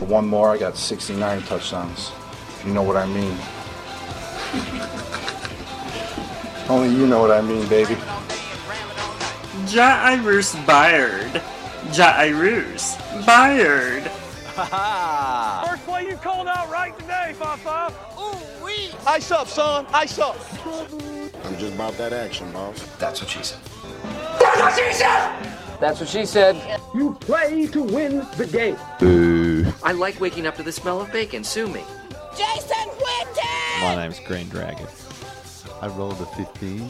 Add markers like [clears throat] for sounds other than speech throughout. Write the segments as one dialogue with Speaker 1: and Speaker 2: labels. Speaker 1: one more, I got 69 touchdowns. If you know what I mean. [laughs] Only you know what I mean, baby.
Speaker 2: Jairus Byard. Jairus Byard.
Speaker 3: First play you called out right today, Five Five.
Speaker 4: Ice up, son. Ice up.
Speaker 5: I'm just about that action, boss.
Speaker 6: That's what she said.
Speaker 7: That's what she said.
Speaker 8: You play to win the game.
Speaker 7: I like waking up to the smell of bacon. Sue me.
Speaker 9: Jason Witten!
Speaker 10: My name's Green Dragon.
Speaker 11: I rolled a 15.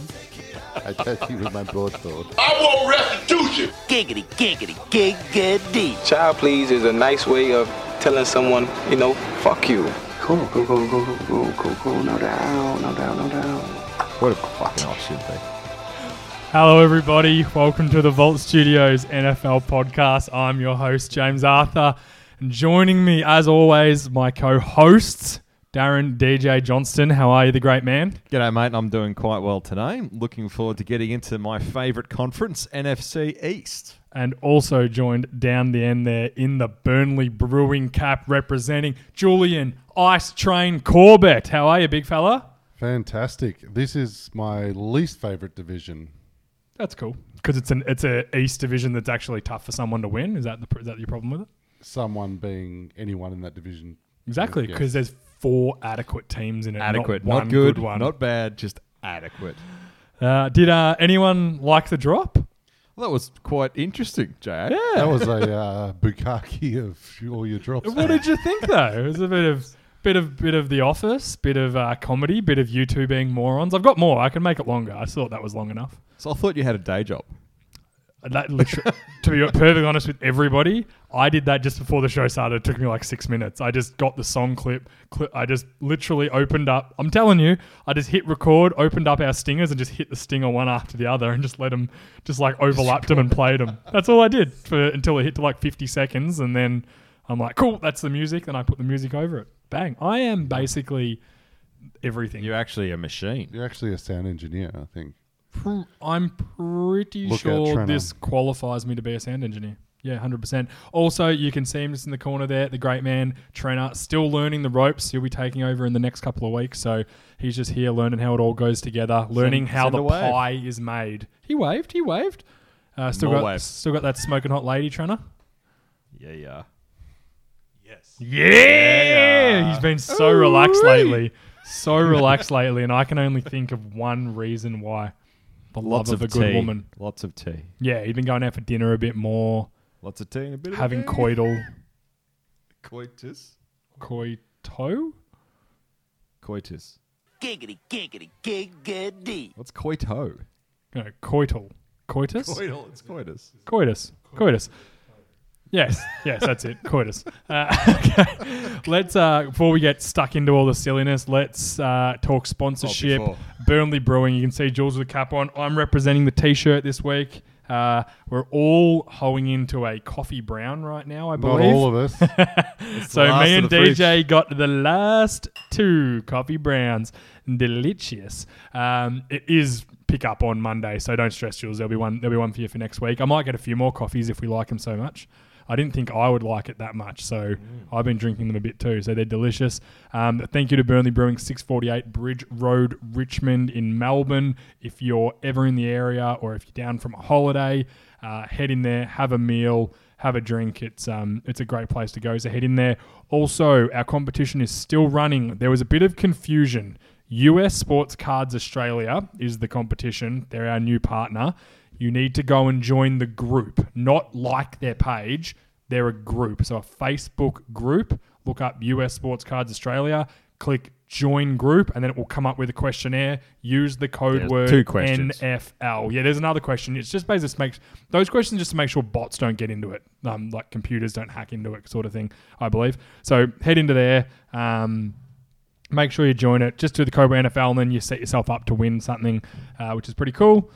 Speaker 11: I touched you with my
Speaker 10: [laughs]
Speaker 11: broadsword.
Speaker 4: Giggity, giggity, giggity.
Speaker 6: Child please is a nice way of telling someone, you know, fuck you.
Speaker 8: Cool, cool, cool, cool, cool, cool, cool. No doubt, no doubt, no doubt.
Speaker 11: What a fucking option, though.
Speaker 12: Hello, everybody. Welcome to the Vault Studios NFL podcast. I'm your host, James Arthur. And joining me, as always, my co hosts, Darren DJ Johnston. How are you, the great man?
Speaker 10: G'day, mate. I'm doing quite well today. Looking forward to getting into my favourite conference, NFC East.
Speaker 12: And also joined down the end there in the Burnley Brewing Cap representing Julian Ice Train Corbett. How are you, big fella?
Speaker 11: Fantastic. This is my least favorite division.
Speaker 12: That's cool. Because it's an it's a East division that's actually tough for someone to win. Is that the, pr- is that your problem with it?
Speaker 11: Someone being anyone in that division.
Speaker 12: Exactly,
Speaker 11: Yeah.
Speaker 12: because there's four adequate teams in it.
Speaker 10: Adequate.
Speaker 12: not,
Speaker 10: Not,
Speaker 12: one
Speaker 10: good,
Speaker 12: one.
Speaker 10: not bad, just adequate.
Speaker 12: uh, did uh, anyone like the drop?
Speaker 10: Well, that was quite interesting, Jack.
Speaker 11: That was a uh, [laughs] bukkake of all your drops.
Speaker 12: [laughs] What did you think though? It was a bit of bit of bit of The Office, bit of uh, comedy, bit of you two being morons. I've got more. I can make it longer. I thought that was long enough.
Speaker 10: So I thought you had a day job.
Speaker 12: That literally, to be perfectly honest with everybody, I did that just before the show started. It took me like six minutes. I just got the song clip. Cli I just literally opened up. I'm telling you, I just hit record, opened up our stingers, and just hit the stinger one after the other, and just let them just like overlapped them and played them. That's all I did for until it hit to like 50 seconds, and then I'm like, cool, that's the music. Then I put the music over it. Bang! I am basically everything.
Speaker 10: You're actually a machine.
Speaker 11: You're actually a sound engineer, I think.
Speaker 12: Pr- I'm pretty
Speaker 11: Look out,
Speaker 12: sure
Speaker 11: Trenum.
Speaker 12: this qualifies me to be a sound engineer. Yeah, 100%. Also, you can see him just in the corner there, the great man, Trenner, still learning the ropes. He'll be taking over in the next couple of weeks. So he's just here learning how it all goes together, learning how
Speaker 10: send
Speaker 12: the
Speaker 10: a wave.
Speaker 12: pie is made. He waved, he waved. Uh, still,
Speaker 10: More
Speaker 12: got,
Speaker 10: waves.
Speaker 12: still got that smoking hot lady, Trenner.
Speaker 10: Yeah, yeah.
Speaker 12: Yeah, he's been so relaxed lately, Uh, so relaxed lately, and I can only think of one reason why: the
Speaker 10: Lots of
Speaker 12: love of, a
Speaker 10: tea.
Speaker 12: good woman.
Speaker 10: Lots of tea.
Speaker 12: Yeah, he'd been going out for dinner a bit more,
Speaker 10: Lots of tea and a bit [laughs]
Speaker 12: having
Speaker 10: of tea.
Speaker 12: coital
Speaker 10: coitus.
Speaker 12: coito.
Speaker 10: Coitus.
Speaker 4: Giggity, giggity, giggity.
Speaker 10: What's coito?
Speaker 12: No, coital. Coitus?
Speaker 10: Coital. It's coitus.
Speaker 12: coitus. Coitus. Yes, yes, that's it.
Speaker 11: [laughs]
Speaker 12: Coitus. Uh, okay. Let's uh, before we get stuck into all the silliness, let's uh, talk
Speaker 11: Oh,
Speaker 12: sponsorship.
Speaker 10: before.
Speaker 12: Burnley Brewing. You can see Jules with a cap on. I'm representing the T-shirt this week. Uh, we're all hoeing into a coffee brown right now, I
Speaker 11: Not
Speaker 12: believe.
Speaker 11: all
Speaker 12: [laughs]
Speaker 11: of us.
Speaker 12: So
Speaker 10: Last
Speaker 12: me
Speaker 10: of
Speaker 12: and
Speaker 10: the
Speaker 12: DJ got the last two coffee browns. Delicious. Um, it is pick up on Monday, so don't stress, Jules. There'll be one. There'll be one for you for next week. I might get a few more coffees if we like them so much. I didn't think I would like it that much, so
Speaker 10: Mm.
Speaker 12: I've been drinking them a bit too. So they're delicious. Um, thank you to Burnley Brewing, 648 Bridge Road, Richmond in Melbourne. If you're ever in the area or if you're down from a holiday, uh, head in there, have a meal have a drink. It's um, it's a great place to go. So head in there. Also, our competition is still running. There was a bit of confusion. US Sports Cards Australia is the competition. They're our new partner. You need to go and join the group, not like their page. They're a group, so a Facebook group. Look up US Sports Cards Australia. Click join group, and then it will come up with a questionnaire. Use the code
Speaker 10: There's
Speaker 12: word
Speaker 10: two questions.
Speaker 12: NFL. Yeah, there's another question. It's just basically just makes those questions just to make sure bots don't get into it, um, like computers don't hack into it, sort of thing. I believe. So head into there. Um, make sure you join it. Just do the Cobra NFL, and then you set yourself up to win something, uh, which is pretty cool.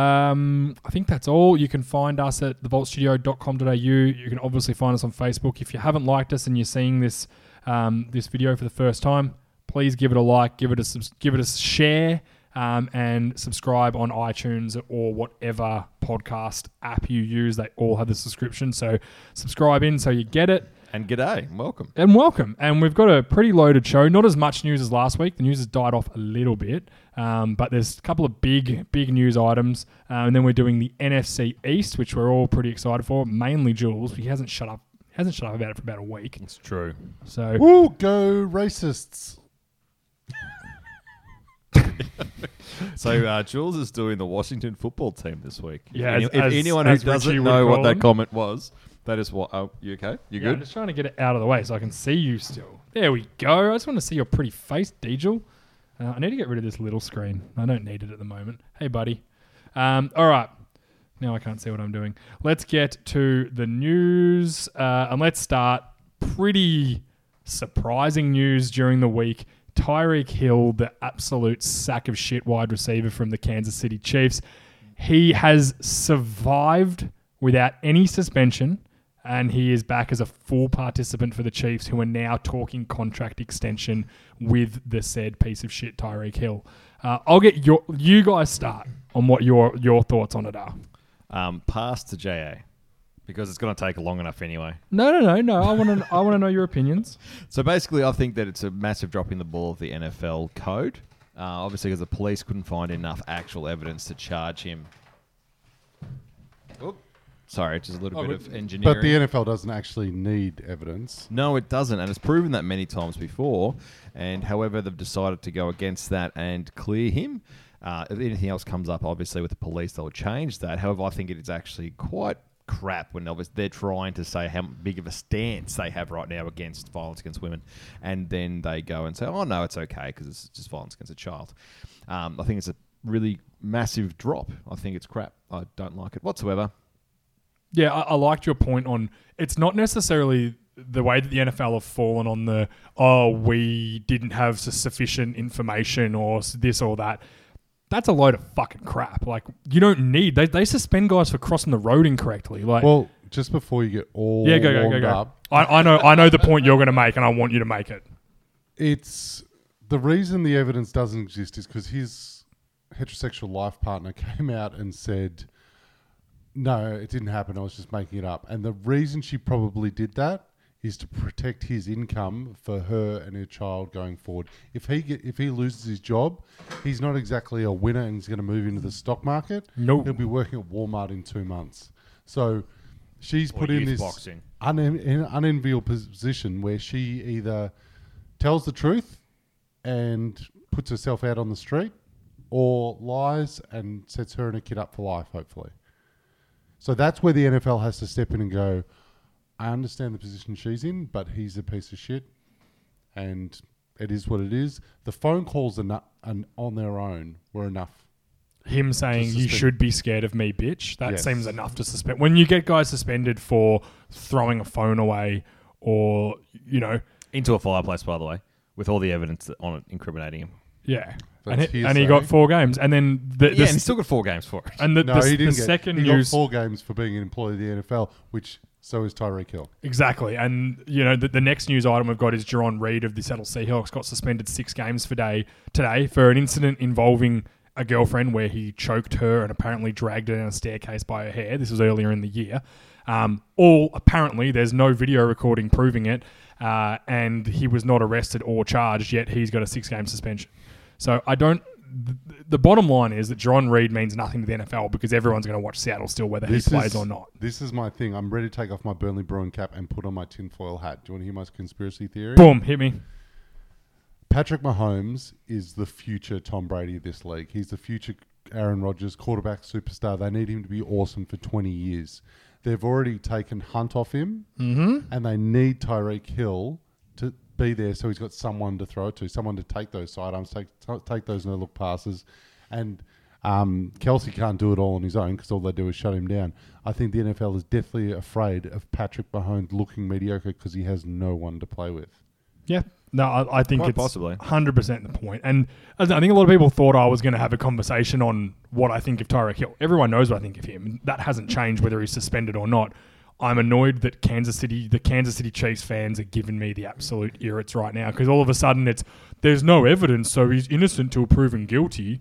Speaker 12: Um, I think that's all. You can find us at thevaultstudio.com.au. You can obviously find us on Facebook. If you haven't liked us and you're seeing this um, this video for the first time, please give it a like, give it a subs- give it a share, um, and subscribe on iTunes or whatever podcast app you use. They all have the subscription, so subscribe in so you get it.
Speaker 10: And g'day, welcome.
Speaker 12: And welcome. And we've got a pretty loaded show. Not as much news as last week. The news has died off a little bit, um, but there's a couple of big, big news items. Uh, and then we're doing the NFC East, which we're all pretty excited for. Mainly Jules. He hasn't shut up. Hasn't shut up about it for about a week.
Speaker 10: It's true.
Speaker 12: So
Speaker 11: Woo, go racists.
Speaker 10: [laughs] So uh, Jules is doing the Washington football team this week.
Speaker 12: Yeah,
Speaker 10: Any-
Speaker 12: as-
Speaker 10: if
Speaker 12: as-
Speaker 10: anyone who
Speaker 12: as Richie
Speaker 10: doesn't
Speaker 12: would
Speaker 10: know what
Speaker 12: call
Speaker 10: that
Speaker 12: them.
Speaker 10: comment was, that is what. Oh, you okay? You
Speaker 12: Yeah, I'm
Speaker 10: good?
Speaker 12: just trying to get it out of the way so I can see you still. There we go. I just want to see your pretty face, Diegel. Uh, I need to get rid of this little screen. I don't need it at the moment. Hey, buddy. Um, all right. Now I can't see what I'm doing. Let's get to the news. Uh, and let's start pretty surprising news during the week. Tyreek Hill, the absolute sack of shit wide receiver from the Kansas City Chiefs, he has survived without any suspension and he is back as a full participant for the Chiefs, who are now talking contract extension with the said piece of shit Tyreek Hill. Uh, I'll get your you guys start on what your your thoughts on it are.
Speaker 10: Um, pass to JA because it's going to take long enough anyway.
Speaker 12: No, no, no, no. I want to I want to know your opinions.
Speaker 10: So basically, I think that it's a massive drop in the ball of the NFL code. Uh, obviously, because the police couldn't find enough actual evidence to charge him. Oop. Sorry, just a little
Speaker 12: Oh,
Speaker 10: bit
Speaker 12: we-
Speaker 10: of engineering.
Speaker 11: But the NFL doesn't actually need evidence.
Speaker 10: No, it doesn't, and it's proven that many times before. And however, they've decided to go against that and clear him. Uh, if anything else comes up, obviously with the police, they'll change that. However, I think it is actually quite crap when obviously they're trying to say how big of a stance they have right now against violence against women, and then they go and say, "Oh no, it's okay because it's just violence against a child." Um, I think it's a really massive drop. I think it's crap. I don't like it whatsoever.
Speaker 12: Yeah, I, I liked your point on it's not necessarily the way that the NFL have fallen on the oh we didn't have su- sufficient information or s- this or that. That's a load of fucking crap. Like you don't need they, they suspend guys for crossing the road incorrectly. Like
Speaker 11: Well, just before you get all
Speaker 12: yeah, go go go
Speaker 11: warmed
Speaker 12: go.
Speaker 11: up,
Speaker 12: I, I know I know the point you're going to make, and I want you to make it.
Speaker 11: it's the reason the evidence doesn't exist is because his heterosexual life partner [laughs] came out and said, "No, it didn't happen. I was just making it up." And the reason she probably did that is to protect his income for her and her child going forward. If he get, if he loses his job, he's not exactly a winner and he's going to move into the stock market.
Speaker 12: No.
Speaker 11: he'll be working at Walmart in two months. So she's
Speaker 10: Or
Speaker 11: put in
Speaker 10: youth
Speaker 11: this
Speaker 10: boxing.
Speaker 11: unen- in an unenviable position where she either tells the truth and puts herself out on the street or lies and sets her and her kid up for life, hopefully. So that's where the NFL has to step in and go, I understand the position she's in, but he's a piece of shit. And it is what it is. The phone calls are not, and on their own were enough.
Speaker 12: him saying you
Speaker 11: suspend-
Speaker 12: should be scared of me, bitch. That
Speaker 11: Yes.
Speaker 12: seems enough to suspend. When you get guys suspended for throwing a phone away, or you know,
Speaker 10: Into a fireplace, by the way, with all the evidence on it incriminating him.
Speaker 12: yeah, and
Speaker 11: That's
Speaker 12: he, and he
Speaker 11: hearsay.
Speaker 12: got four games, and then the,
Speaker 10: yeah,
Speaker 12: the
Speaker 10: and he's still got four games for it.
Speaker 12: and the,
Speaker 11: No,
Speaker 12: the-
Speaker 11: he
Speaker 12: the
Speaker 11: didn't get
Speaker 12: second
Speaker 11: he
Speaker 12: news
Speaker 11: got four games for being an employee of the NFL, which so is Tyreek Hill.
Speaker 12: Exactly. And, you know, the, the next news item we've got is Jerron Reed of the Seattle Seahawks got suspended six games for day today for an incident involving a girlfriend where he choked her and apparently dragged her down a staircase by her hair. This was earlier in the year. Um, all apparently, there's no video recording proving it, uh, and he was not arrested or charged, yet he's got a six game suspension. So I don't. th- The bottom line is that Jerron Reed means nothing to the NFL because everyone's going to watch Seattle still, whether he plays
Speaker 11: is,
Speaker 12: or not.
Speaker 11: This is my thing. I'm ready to take off my Burnley Bruin cap and put on my tinfoil hat. Do you want to hear my conspiracy theory?
Speaker 12: Boom, hit me.
Speaker 11: Patrick Mahomes is the future Tom Brady of this league. He's the future Aaron Rodgers, quarterback superstar. They need him to be awesome for 20 years. They've already taken Hunt off him, mm-hmm. and they need Tyreek Hill to be there so he's got someone to throw it to, someone to take those sidearms, take, t- take those no look passes. And um, Kelsey can't do it all on his own because all they do is shut him down. I think the NFL is deathly afraid of Patrick Mahomes looking mediocre because he has no one to play with.
Speaker 12: Yeah. No, I, I think
Speaker 10: Quite
Speaker 12: it's
Speaker 10: possibly.
Speaker 12: hundred percent the point. And I don't know, I think a lot of people thought I was going to have a conversation on what I think of Tyreek Hill. Everyone knows what I think of him. That hasn't changed whether he's suspended or not. I'm annoyed that Kansas City, the Kansas City Chiefs fans, are giving me the absolute irrits right now because all of a sudden it's there's no evidence, so he's innocent till proven guilty.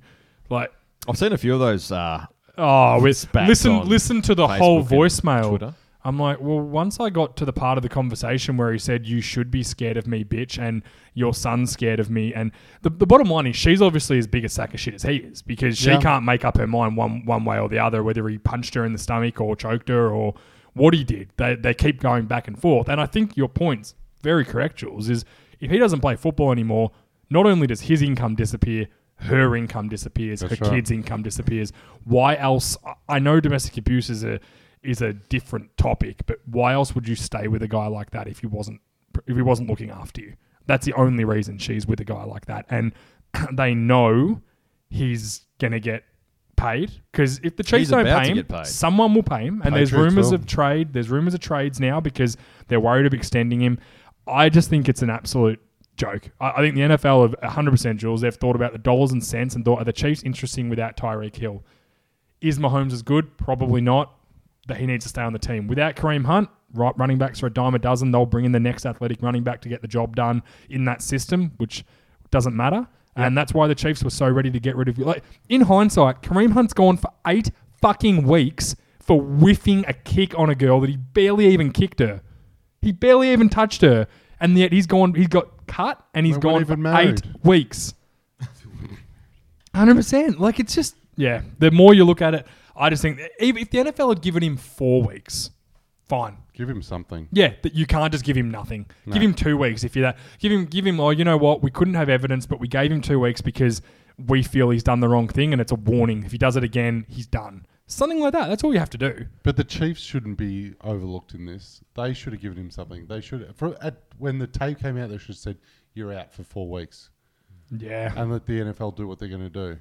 Speaker 12: Like,
Speaker 10: [laughs] I've seen a few of those. Uh,
Speaker 12: oh, it's
Speaker 10: Spats
Speaker 12: listen,
Speaker 10: on
Speaker 12: listen to the
Speaker 10: Facebook
Speaker 12: whole
Speaker 10: and
Speaker 12: voicemail.
Speaker 10: Twitter.
Speaker 12: I'm like, well, once I got to the part of the conversation where he said, You should be scared of me, bitch, and your son's scared of me. And the, the bottom line is, she's obviously as big a sack of shit as he is because she
Speaker 11: Yeah.
Speaker 12: can't make up her mind one, one way or the other, whether he punched her in the stomach or choked her or what he did. They, they keep going back and forth. And I think your point's very correct, Jules, is if he doesn't play football anymore, not only does his income disappear, her income disappears,
Speaker 11: That's
Speaker 12: her
Speaker 11: right.
Speaker 12: kids' income disappears. Why else? I- I know domestic abuse is a is a different topic, but why else would you stay with a guy like that if he wasn't if he wasn't looking after you? That's the only reason she's with a guy like that, and [clears throat] they know he's gonna get paid because if the Chiefs
Speaker 10: He's
Speaker 12: don't
Speaker 10: about
Speaker 12: pay
Speaker 10: to
Speaker 12: him,
Speaker 10: get paid.
Speaker 12: someone will pay him. And there's
Speaker 11: Patriots
Speaker 12: rumors
Speaker 11: will.
Speaker 12: of trade. There's rumors of trades now because they're worried of extending him. I just think it's an absolute joke. I, I think the NFL have 100% Jules. They've thought about the dollars and cents and thought, are the Chiefs interesting without Tyreek Hill? Is Mahomes as good? Probably not. That he needs to stay on the team. Without Kareem Hunt, right running backs are a dime a dozen. They'll bring in the next athletic running back to get the job done in that system, which doesn't matter. And that's why the Chiefs were so ready to get rid of you. Like in hindsight, Kareem Hunt's gone for eight fucking weeks for whiffing a kick on a girl that he barely even kicked her. He barely even touched her, and yet he's gone. He got cut, and he's
Speaker 11: They
Speaker 12: gone
Speaker 11: weren't
Speaker 12: for
Speaker 11: even
Speaker 12: eight
Speaker 11: married.
Speaker 12: weeks. Hundred percent. Like it's just yeah. The more you look at it, I just think if if the NFL had given him four weeks, fine.
Speaker 11: Give him something.
Speaker 12: Yeah, that you can't just give him nothing. Give him two weeks if you're that. Give him, give him. Oh, you know what? We couldn't have evidence, but we gave him two weeks because we feel he's done the wrong thing, and it's a warning. If he does it again, he's done. Something like that. That's all you have to do.
Speaker 11: But the Chiefs shouldn't be overlooked in this. They should have given him something. They should for at, when the tape came out. They should have said, "You're out for four weeks,"
Speaker 12: Yeah,
Speaker 11: and let the NFL do what they're going to do.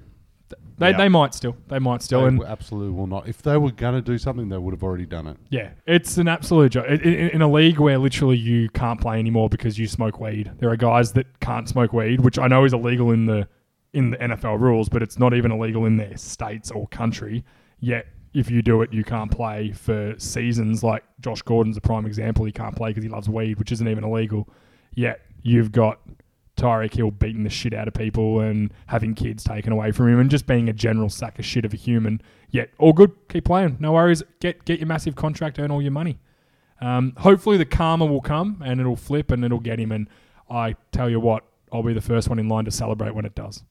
Speaker 12: they, they might still, they might still,
Speaker 11: They
Speaker 12: and
Speaker 11: w- absolutely will not. If they were going to do something, they would have already done it.
Speaker 12: Yeah, it's an absolute joke. In, in- in a league where literally you can't play anymore because you smoke weed, there are guys that can't smoke weed, which I know is illegal in the in the NFL rules, but it's not even illegal in their states or country. Yet, if you do it, you can't play for seasons. Like Josh Gordon's a prime example; he can't play because he loves weed, which isn't even illegal. Yet, you've got Tyreek Hill beating the shit out of people and having kids taken away from him and just being a general sack of shit of a human. Yet, all good. Keep playing. No worries. Get get your massive contract. Earn all your money. Um, hopefully, the karma will come and it'll flip and it'll get him. And I tell you what, I'll be the first one in line to celebrate when it does.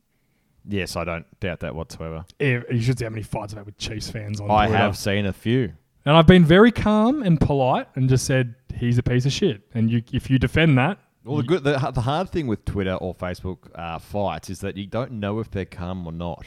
Speaker 10: Yes, I don't doubt that whatsoever.
Speaker 12: If- You should see how many fights I've had with Chiefs fans on
Speaker 10: I
Speaker 12: Twitter.
Speaker 10: have seen a few.
Speaker 12: And I've been very calm and polite and just said, he's a piece of shit. And you, if you defend that,
Speaker 10: Well, the good, the, the hard thing with Twitter or Facebook uh, fights is that you don't know if they're calm or not.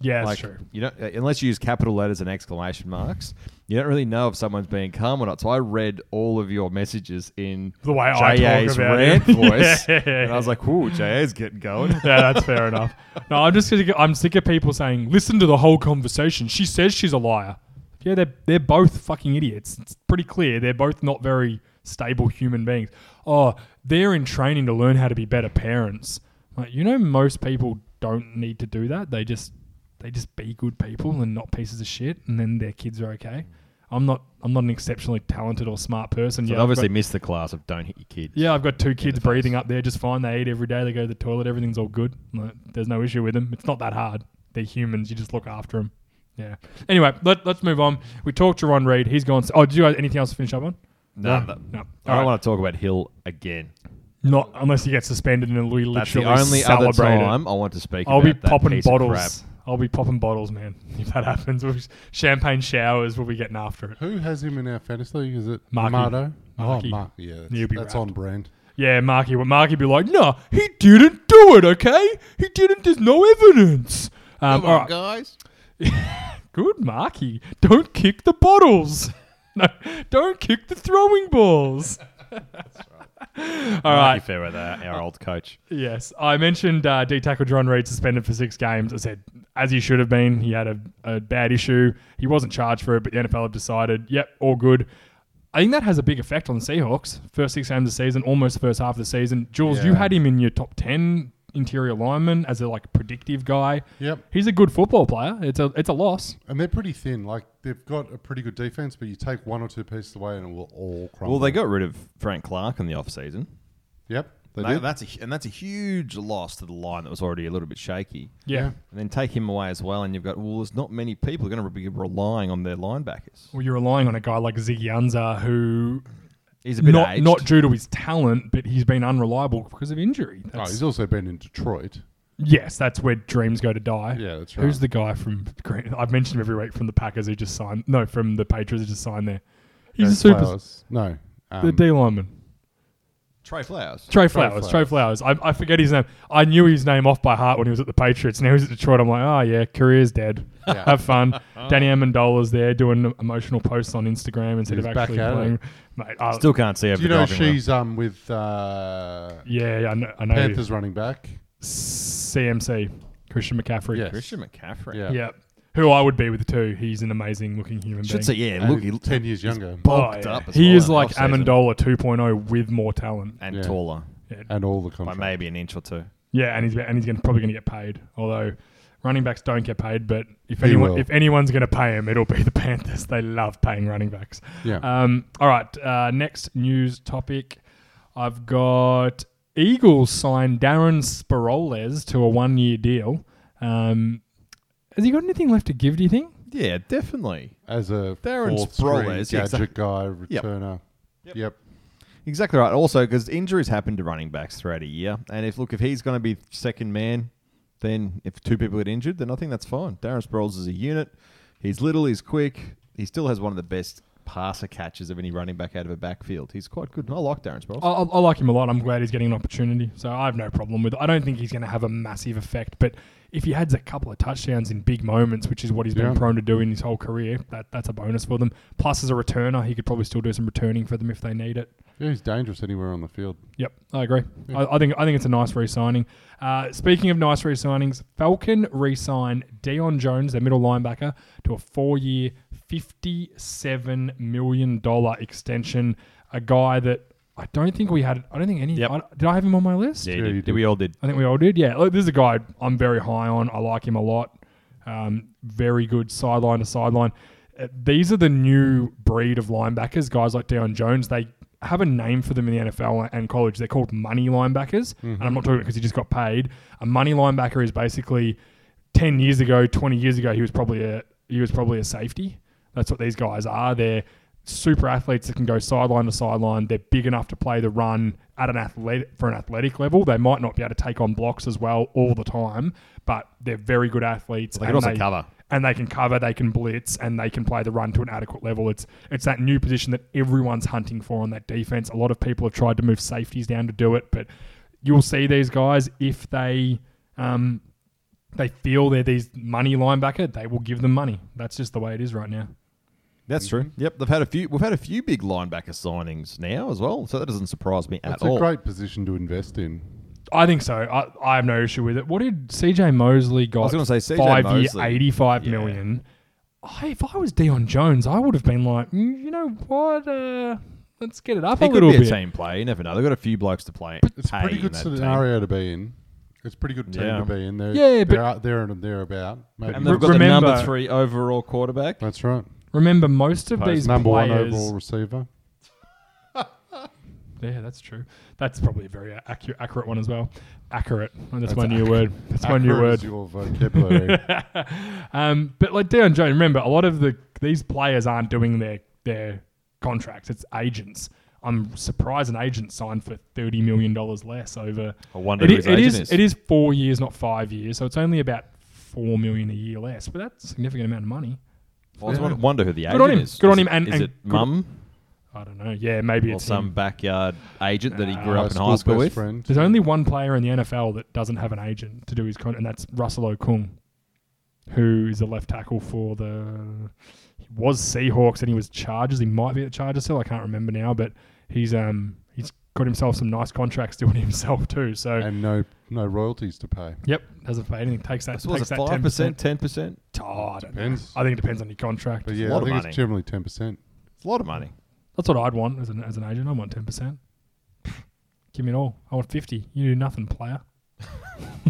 Speaker 12: yeah, that's
Speaker 10: like,
Speaker 12: true.
Speaker 10: You don't, uh, unless you use capital letters and exclamation marks, you don't really know if someone's being calm or not. So I read all of your messages in
Speaker 12: The way I
Speaker 10: JA's
Speaker 12: talk about [laughs]
Speaker 10: rant
Speaker 12: it.
Speaker 10: voice,
Speaker 12: Yeah.
Speaker 10: and I was like, "Ooh, JA's getting going."
Speaker 12: [laughs] yeah, that's fair enough. No, I'm just sick of- I'm sick of people saying, "Listen to the whole conversation." She says she's a liar. Yeah, they're they're both fucking idiots. It's pretty clear they're both not very stable human beings. Oh, they're in training to learn how to be better parents. Like, you know, most people don't need to do that. They just they just be good people and not pieces of shit, and then their kids are okay. I'm not I'm not an exceptionally talented or smart person.
Speaker 10: So
Speaker 12: Yeah,
Speaker 10: they
Speaker 12: I've
Speaker 10: obviously
Speaker 12: got-
Speaker 10: missed the class of "Don't hit your kids."
Speaker 12: yeah, I've got two kids breathing up there just fine. They eat every day. They go to the toilet. Everything's all good. Like, there's no issue with them. It's not that hard. They're humans. You just look after them. Yeah. Anyway, let, let's move on. We talked to Ron Reed. He's gone. Oh, do you guys anything else to finish up on?
Speaker 10: no,
Speaker 12: No.
Speaker 10: no. I
Speaker 12: No. All
Speaker 10: don't
Speaker 12: right.
Speaker 10: want to talk about Hill again.
Speaker 12: Not unless he gets suspended and we literally
Speaker 10: That's the only
Speaker 12: celebrate
Speaker 10: other
Speaker 12: it.
Speaker 10: time I want to speak.
Speaker 12: I'll be
Speaker 10: about that
Speaker 12: popping
Speaker 10: piece of
Speaker 12: bottles.
Speaker 10: crap.
Speaker 12: I'll be popping bottles, man. [laughs] If that happens, We'll be- champagne showers. We'll be getting after it.
Speaker 11: Who has him in our fantasy league? Is it
Speaker 12: Markey.
Speaker 11: Mardo?
Speaker 12: Markey.
Speaker 11: Oh, Mark. Yeah, that's,
Speaker 12: You'll be
Speaker 11: that's
Speaker 12: wrapped.
Speaker 11: on brand.
Speaker 12: Yeah, Marky would Marky be like, no, he didn't do it, okay? He didn't, there's no evidence. Um, all right.
Speaker 6: guys.
Speaker 12: [laughs] Good, Marky. Don't kick the bottles. [laughs] no, don't kick the throwing balls. [laughs] All
Speaker 10: Marky
Speaker 12: right.
Speaker 10: Fairweather, our old coach.
Speaker 12: Yes, I mentioned uh, D tackle John Reed suspended for six games. I said as he should have been. He had a, a bad issue. He wasn't charged for it, but the NFL have decided, yep, all good. I think that has a big effect on the Seahawks. First six games of the season, almost first half of the season. Jules, you
Speaker 11: Yeah.
Speaker 12: had him in your top ten interior lineman as a like predictive guy.
Speaker 11: Yep.
Speaker 12: he's a good football player. It's a it's a loss.
Speaker 11: And they're pretty thin. Like they've got a pretty good defense, but you take one or two pieces away, and it will all crumble.
Speaker 10: Well, they got rid of Frank Clark in the off season.
Speaker 11: Yep. They
Speaker 10: That-
Speaker 11: did?
Speaker 10: That's a, hu- and that's a huge loss to the line that was already a little bit shaky.
Speaker 12: Yeah.
Speaker 10: And then take him away as well, and you've got, well, there's not many people going to be relying on their linebackers.
Speaker 12: Well, you're relying on a guy like Ziggy Ansah, who
Speaker 10: He's a bit
Speaker 12: not
Speaker 10: aged.
Speaker 12: not due to his talent, but he's been unreliable because of injury.
Speaker 11: Oh,
Speaker 12: That's-
Speaker 11: he's also been in Detroit.
Speaker 12: yes, that's where dreams go to die.
Speaker 11: Yeah, that's
Speaker 12: Who's
Speaker 11: right.
Speaker 12: the guy from? Green- I've mentioned him every week from the Packers who just signed. No, from the Patriots who just signed there. He's a
Speaker 11: Darren
Speaker 12: super.
Speaker 11: Flowers. No, um,
Speaker 12: the D lineman.
Speaker 10: Trey Flowers.
Speaker 12: Trey Flowers. Trey Flowers. I, I forget his name. I knew his name off by heart when he was at the Patriots. Now he's at Detroit. I'm like, oh, yeah, career's dead.
Speaker 11: Yeah.
Speaker 12: [laughs] Have
Speaker 11: [laughs]
Speaker 12: fun. Danny Amendola's there doing emotional posts on Instagram instead
Speaker 11: He's
Speaker 12: of
Speaker 11: back
Speaker 12: actually
Speaker 11: at it.
Speaker 12: playing. Mate, I,
Speaker 10: Still can't see
Speaker 11: Do
Speaker 10: over
Speaker 11: you
Speaker 10: the
Speaker 11: know
Speaker 10: driving wheel.
Speaker 11: she's um with uh,
Speaker 12: Yeah, yeah, I know. I know
Speaker 11: Panthers running back?
Speaker 12: CMC, Christian McCaffrey.
Speaker 11: Yes.
Speaker 10: Christian McCaffrey.
Speaker 11: Yeah.
Speaker 12: Yeah. Who I would be with too. He's an amazing looking human
Speaker 10: Should say,
Speaker 12: being.
Speaker 10: yeah,
Speaker 11: And
Speaker 10: look,
Speaker 11: he's
Speaker 10: he,
Speaker 11: 10 years younger.
Speaker 12: Oh,
Speaker 10: bulked
Speaker 12: yeah.
Speaker 10: up. As
Speaker 12: He
Speaker 10: well
Speaker 12: is
Speaker 10: in the
Speaker 12: like
Speaker 10: offseason.
Speaker 12: Amendola 2.0 with more talent.
Speaker 10: And
Speaker 11: Yeah.
Speaker 10: taller
Speaker 11: And all the
Speaker 10: by
Speaker 11: contracts.
Speaker 10: maybe an inch or two.
Speaker 12: Yeah, and he's and he's gonna, probably going to get paid. Although running backs don't get paid, but if
Speaker 11: He
Speaker 12: anyone
Speaker 11: will.
Speaker 12: if anyone's going to pay him, it'll be [laughs] the Panthers. They love paying running backs.
Speaker 11: Yeah.
Speaker 12: Um. All right. Uh, next news topic. I've got Eagles signed Darren Sparoles to a one-year deal. Um, has he got anything left to give? Do you think?
Speaker 10: Yeah, definitely.
Speaker 11: As a
Speaker 10: Darren
Speaker 11: fourth string
Speaker 10: Sproles,
Speaker 11: gadget
Speaker 10: yeah, exact-
Speaker 11: guy,
Speaker 10: Yep.
Speaker 11: returner. Yep.
Speaker 10: Exactly right. Also, because injuries happen to running backs throughout a year, and if look if he's going to be second man, then if two people get injured, then I think that's fine. Darren Sproles is a unit. He's little. He's quick. He still has one of the best passer catches of any running back out of a backfield. He's quite good. and I like Darren Sproles.
Speaker 11: Oh,
Speaker 12: I, I, I like him a lot. I'm glad he's getting an opportunity. So I have no problem with. I don't think he's going to have a massive effect, but if he adds a couple of touchdowns in big moments, which is what he's
Speaker 11: Yeah.
Speaker 12: been prone to do in his whole career, that that's a bonus for them. Plus, as a returner, he could probably still do some returning for them if they need it.
Speaker 11: Yeah, he's dangerous anywhere on the field.
Speaker 12: Yep, I agree. I, I think I think it's a nice re-signing. Uh, speaking of nice re-signings, Falcon re-sign Dion Jones, their middle linebacker, to a four-year, fifty-seven million dollar extension. A guy that I don't think we had. I don't think any.
Speaker 10: Yep.
Speaker 12: I, did I have him on my list?
Speaker 10: yeah,
Speaker 11: Yeah,
Speaker 10: did-
Speaker 11: you
Speaker 10: did
Speaker 11: did.
Speaker 10: we all did.
Speaker 12: I think we all did. Yeah, look, this is a guy I'm very high on. I like him a lot. Um, very good sideline to sideline. Uh, these are the new breed of linebackers, guys like Deion Jones. They have a name for them in the NFL and college. They're called money linebackers. And I'm not talking because he just got paid. A money linebacker is basically 10 years ago, 20 years ago, he was probably a he was probably a safety. That's what these guys are. They're super athletes that can go sideline to sideline. They're big enough to play the run at an athletic for an athletic level. They might not be able to take on blocks as well all the time, but they're very good athletes.
Speaker 10: They can
Speaker 12: and
Speaker 10: also cover.
Speaker 12: And they can cover, they can blitz, and they can play the run to an adequate level. It's it's that new position that everyone's hunting for on that defense. A lot of people have tried to move safeties down to do it, but you'll see these guys if they um, they feel they're these money linebacker, they will give them money. That's just the way it is right now.
Speaker 10: That's true. Yep, they've had a few. We've had a few big linebacker signings now as well, so that doesn't surprise me
Speaker 11: That's
Speaker 10: at all.
Speaker 11: a great position to invest in.
Speaker 12: I think so. I, I have no issue with it. What did CJ Mosley got?
Speaker 10: was gonna say, CJ
Speaker 12: five
Speaker 10: Mosley.
Speaker 12: year, eighty-five
Speaker 10: Yeah.
Speaker 12: million. I, if I was Dion Jones, I would have been like, "Mm, you know what? Uh, let's get it up
Speaker 10: he
Speaker 12: a
Speaker 10: could
Speaker 12: little
Speaker 10: be
Speaker 12: bit.
Speaker 10: a team play. You never know. They've got a few blokes to play.
Speaker 11: It's a
Speaker 10: pay
Speaker 11: pretty
Speaker 10: in
Speaker 11: good
Speaker 10: that team.
Speaker 11: scenario to be in. It's a pretty good team
Speaker 10: Yeah.
Speaker 11: to be in. They're,
Speaker 12: Yeah,
Speaker 11: they're
Speaker 12: but-
Speaker 11: out there and thereabout. Maybe.
Speaker 10: And
Speaker 12: Re-
Speaker 10: they've got
Speaker 12: remember-
Speaker 10: the number three overall quarterback.
Speaker 11: That's right.
Speaker 12: Remember, most of these
Speaker 11: Number
Speaker 12: players.
Speaker 11: one overall receiver.
Speaker 12: Yeah, that's true. That's probably a very accurate, accurate one as well. Accurate. Oh, That's, my new word. That's my new
Speaker 11: Accurate
Speaker 12: word.
Speaker 11: is
Speaker 10: [laughs]
Speaker 11: Your vocabulary.
Speaker 12: [laughs] Um, but like Deion Jones, remember a lot of the these players aren't doing their their contracts. It's agents. I'm surprised an agent signed for thirty million dollars less over.
Speaker 10: I wonder
Speaker 12: it,
Speaker 10: who
Speaker 12: i-
Speaker 10: his
Speaker 12: it
Speaker 10: agent
Speaker 12: is,
Speaker 10: is.
Speaker 12: It is four years, not five years, so it's only about four million a year less. But that's a significant amount of money.
Speaker 10: I was wonder- wonder who the agent
Speaker 12: on him.
Speaker 10: is.
Speaker 12: Good
Speaker 10: Is
Speaker 12: on him
Speaker 10: it-
Speaker 12: and-
Speaker 10: is
Speaker 12: and
Speaker 10: it
Speaker 12: good-
Speaker 10: mum
Speaker 12: I don't know. Yeah, maybe
Speaker 10: or
Speaker 12: it's
Speaker 10: some
Speaker 12: him.
Speaker 10: backyard agent that he grew
Speaker 11: My
Speaker 10: up in high Uh, school
Speaker 11: Uh, best
Speaker 10: with?
Speaker 11: friend.
Speaker 12: There's only one player in the NFL that doesn't have an agent to do his contract, and that's Russell Okung, who is a left tackle for the. He was Seahawks and he was Chargers. He might be at the Chargers still. I can't remember now, but he's um he's got himself some nice contracts doing [laughs] it himself too. So
Speaker 11: And no, no royalties to pay.
Speaker 12: yep, doesn't pay anything. Takes that.
Speaker 10: So was
Speaker 12: takes
Speaker 10: it
Speaker 12: that
Speaker 10: five percent,
Speaker 12: 10%.
Speaker 10: ten percent?
Speaker 12: Oh, I, don't know.
Speaker 11: Depends.
Speaker 12: I think it depends on your contract.
Speaker 11: But yeah,
Speaker 10: lot
Speaker 11: I
Speaker 10: of
Speaker 11: think
Speaker 10: money.
Speaker 11: it's generally 10%.
Speaker 10: It's a lot of money.
Speaker 12: That's what I'd want as an as an agent. I want ten percent. Give me it all. I want fifty. You do nothing, player.
Speaker 10: [laughs]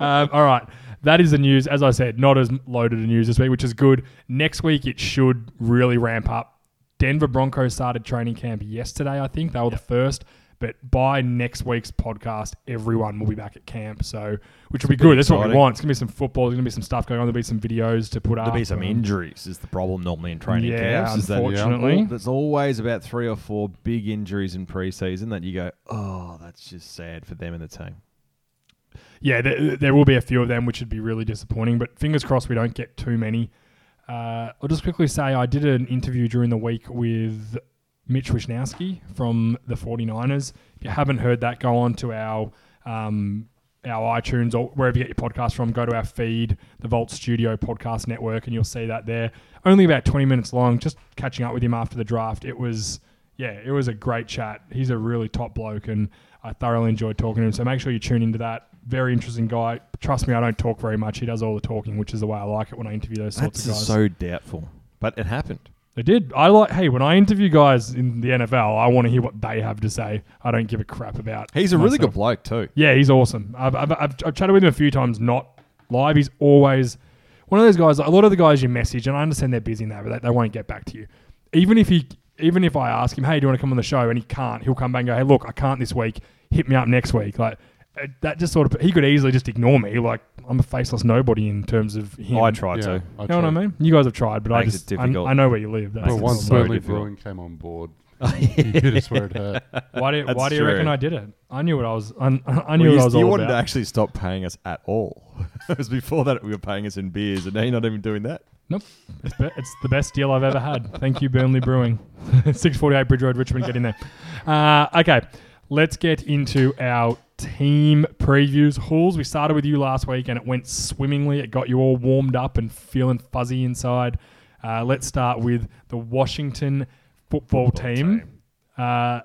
Speaker 12: um, all right, that is the news. As I said, not as loaded a news this week, which is good. Next week it should really ramp up. Denver Broncos started training camp yesterday. I think they were the first. But by next week's podcast, everyone will be back at camp. So, which will be good. That's what we
Speaker 10: exciting.
Speaker 12: want. It's gonna be some football. There's gonna be some stuff going on. There'll be some videos to put up.
Speaker 10: There'll be some
Speaker 12: Um,
Speaker 10: injuries. Is the problem normally in training
Speaker 12: Yeah,
Speaker 10: camps? Is that
Speaker 12: unfortunately.
Speaker 10: all- there's always about three or four big injuries in preseason that you go, oh, that's just sad for them and the team.
Speaker 12: yeah, there, there will be a few of them, which would be really disappointing. But fingers crossed we don't get too many. Uh, I'll just quickly say I did an interview during the week with Mitch Wisnowski from the 49ers. If you haven't heard that, go on to our um, our iTunes or wherever you get your podcast from. Go to our feed, the Vault Studio Podcast Network, and you'll see that there. Only about 20 minutes long. Just catching up with him after the draft. It was yeah, it was a great chat. He's a really top bloke, and I thoroughly enjoyed talking to him. So make sure you tune into that. Very interesting guy. Trust me, I don't talk very much. He does all the talking, which is the way I like it when I interview those sorts
Speaker 10: That's
Speaker 12: of guys.
Speaker 10: so doubtful, but it happened.
Speaker 12: They did. I like. Hey, when I interview guys in the NFL, I want to hear what they have to say. I don't give a crap about.
Speaker 10: He's a really
Speaker 12: myself.
Speaker 10: good bloke too.
Speaker 12: Yeah, he's awesome. I've, I've, I've, I've chatted with him a few times, not live. He's always one of those guys. Like a lot of the guys you message, and I understand they're busy now, but they, they won't get back to you. Even if he, even if I ask him, hey, do you want to come on the show, and he can't, he'll come back and go, hey, look, I can't this week. Hit me up next week. Like uh, that, just sort of. He could easily just ignore me. Like I'm a faceless nobody in terms of him.
Speaker 10: I try to.
Speaker 12: You know what I mean? You guys have tried, but I
Speaker 10: Makes it
Speaker 12: just I,
Speaker 10: difficult.
Speaker 12: I know where you live. That's
Speaker 11: Well,
Speaker 12: the
Speaker 11: once
Speaker 12: problem.
Speaker 11: Burnley Brewing came on [laughs] board, you could have swear it hurt. [laughs]
Speaker 12: Why do you, Why
Speaker 10: That's
Speaker 12: do you reckon
Speaker 10: true.
Speaker 12: I did it? I knew what I was. I, I
Speaker 10: Well,
Speaker 12: knew
Speaker 10: you,
Speaker 12: what I was
Speaker 10: you
Speaker 12: all
Speaker 10: wanted
Speaker 12: about.
Speaker 10: to actually stop paying us at all. [laughs] it was before that we were paying us in beers, and now you're not even doing that.
Speaker 12: Nope. It's, be- it's the best deal I've ever had. Thank you, Burnley Brewing. [laughs] 648 Bridge Road, Richmond. Get in there. Uh, okay. Let's get into our team previews. Halls, we started with you last week and it went swimmingly. It got you all warmed up and feeling fuzzy inside. Uh, let's start with the Washington football, team. Uh,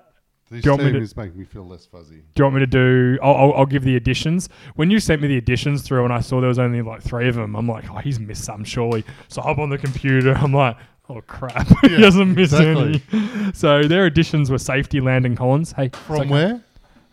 Speaker 11: This
Speaker 12: do you want me
Speaker 11: team
Speaker 12: to-
Speaker 11: is making me feel less fuzzy.
Speaker 12: do you want me to do? I'll, I'll, I'll give the additions. When you sent me the additions through, and I saw there was only like three of them, I'm like, oh, he's missed some surely. So I hop on the computer. [laughs] I'm like, oh crap, [laughs] he
Speaker 11: Yeah,
Speaker 12: doesn't miss
Speaker 11: exactly.
Speaker 12: any. [laughs] So their additions were safety Landon Collins. Hey, it's
Speaker 11: From
Speaker 12: okay.
Speaker 11: where?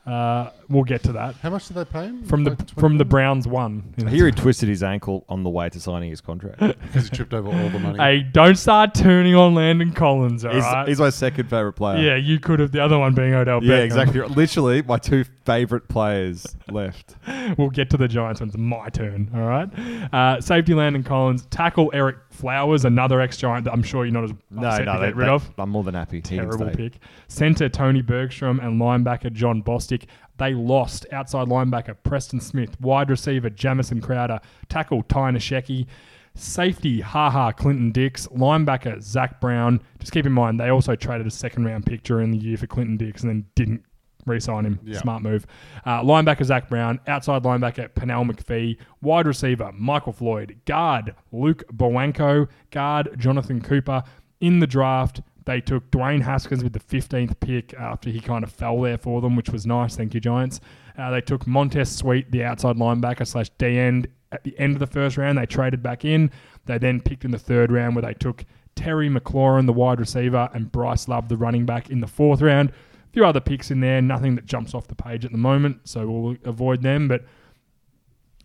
Speaker 12: Uh, we'll get to that.
Speaker 11: How much did they pay him?
Speaker 12: From the
Speaker 11: Like 20
Speaker 12: from the
Speaker 11: million?
Speaker 12: Browns one.
Speaker 10: I hear he twisted his ankle on the way to signing his
Speaker 12: [laughs]
Speaker 10: contract.
Speaker 11: Because he tripped over all the money.
Speaker 12: Hey, don't start turning on Landon Collins. all
Speaker 10: he's,
Speaker 12: right?
Speaker 10: he's my second favorite
Speaker 11: uh,
Speaker 10: player.
Speaker 12: yeah, you could have the other one being Odell.
Speaker 10: Yeah,
Speaker 12: Beckham.
Speaker 10: exactly. right. Literally, my two favorite
Speaker 12: [laughs]
Speaker 10: players left.
Speaker 12: We'll get to the Giants when it's my turn. All right. Uh, safety Landon Collins. Tackle Eric Flowers, another ex Giant that I'm sure you're not as upset to
Speaker 10: they-
Speaker 12: get rid
Speaker 10: they-
Speaker 12: of.
Speaker 10: I'm more than happy. He can
Speaker 12: Terrible
Speaker 10: stay.
Speaker 12: pick. Center Tony Bergstrom and linebacker John Bostic. They lost outside linebacker Preston Smith, wide receiver Jamison Crowder, tackle Ty Nashecki, safety Haha Clinton Dix, linebacker Zach Brown. Just keep in mind they also traded a second round pick during the year for Clinton Dix and then didn't re-sign him.
Speaker 11: Yeah.
Speaker 12: Smart move. Uh, linebacker Zach Brown, outside linebacker Penel McPhee, wide receiver Michael Floyd, guard Luke Bowanko, guard Jonathan Cooper. In the draft, they took Dwayne Haskins with the 15th pick after he kind of fell there for them, which was nice. Thank you, Giants. Uh, they took Montez Sweet, the outside linebacker slash D end, at the end of the first round. They traded back in. They then picked in the third round where they took Terry McLaurin, the wide receiver, and Bryce Love, the running back, in the fourth round few other picks in there, nothing that jumps off the page at the moment, so we'll avoid them. But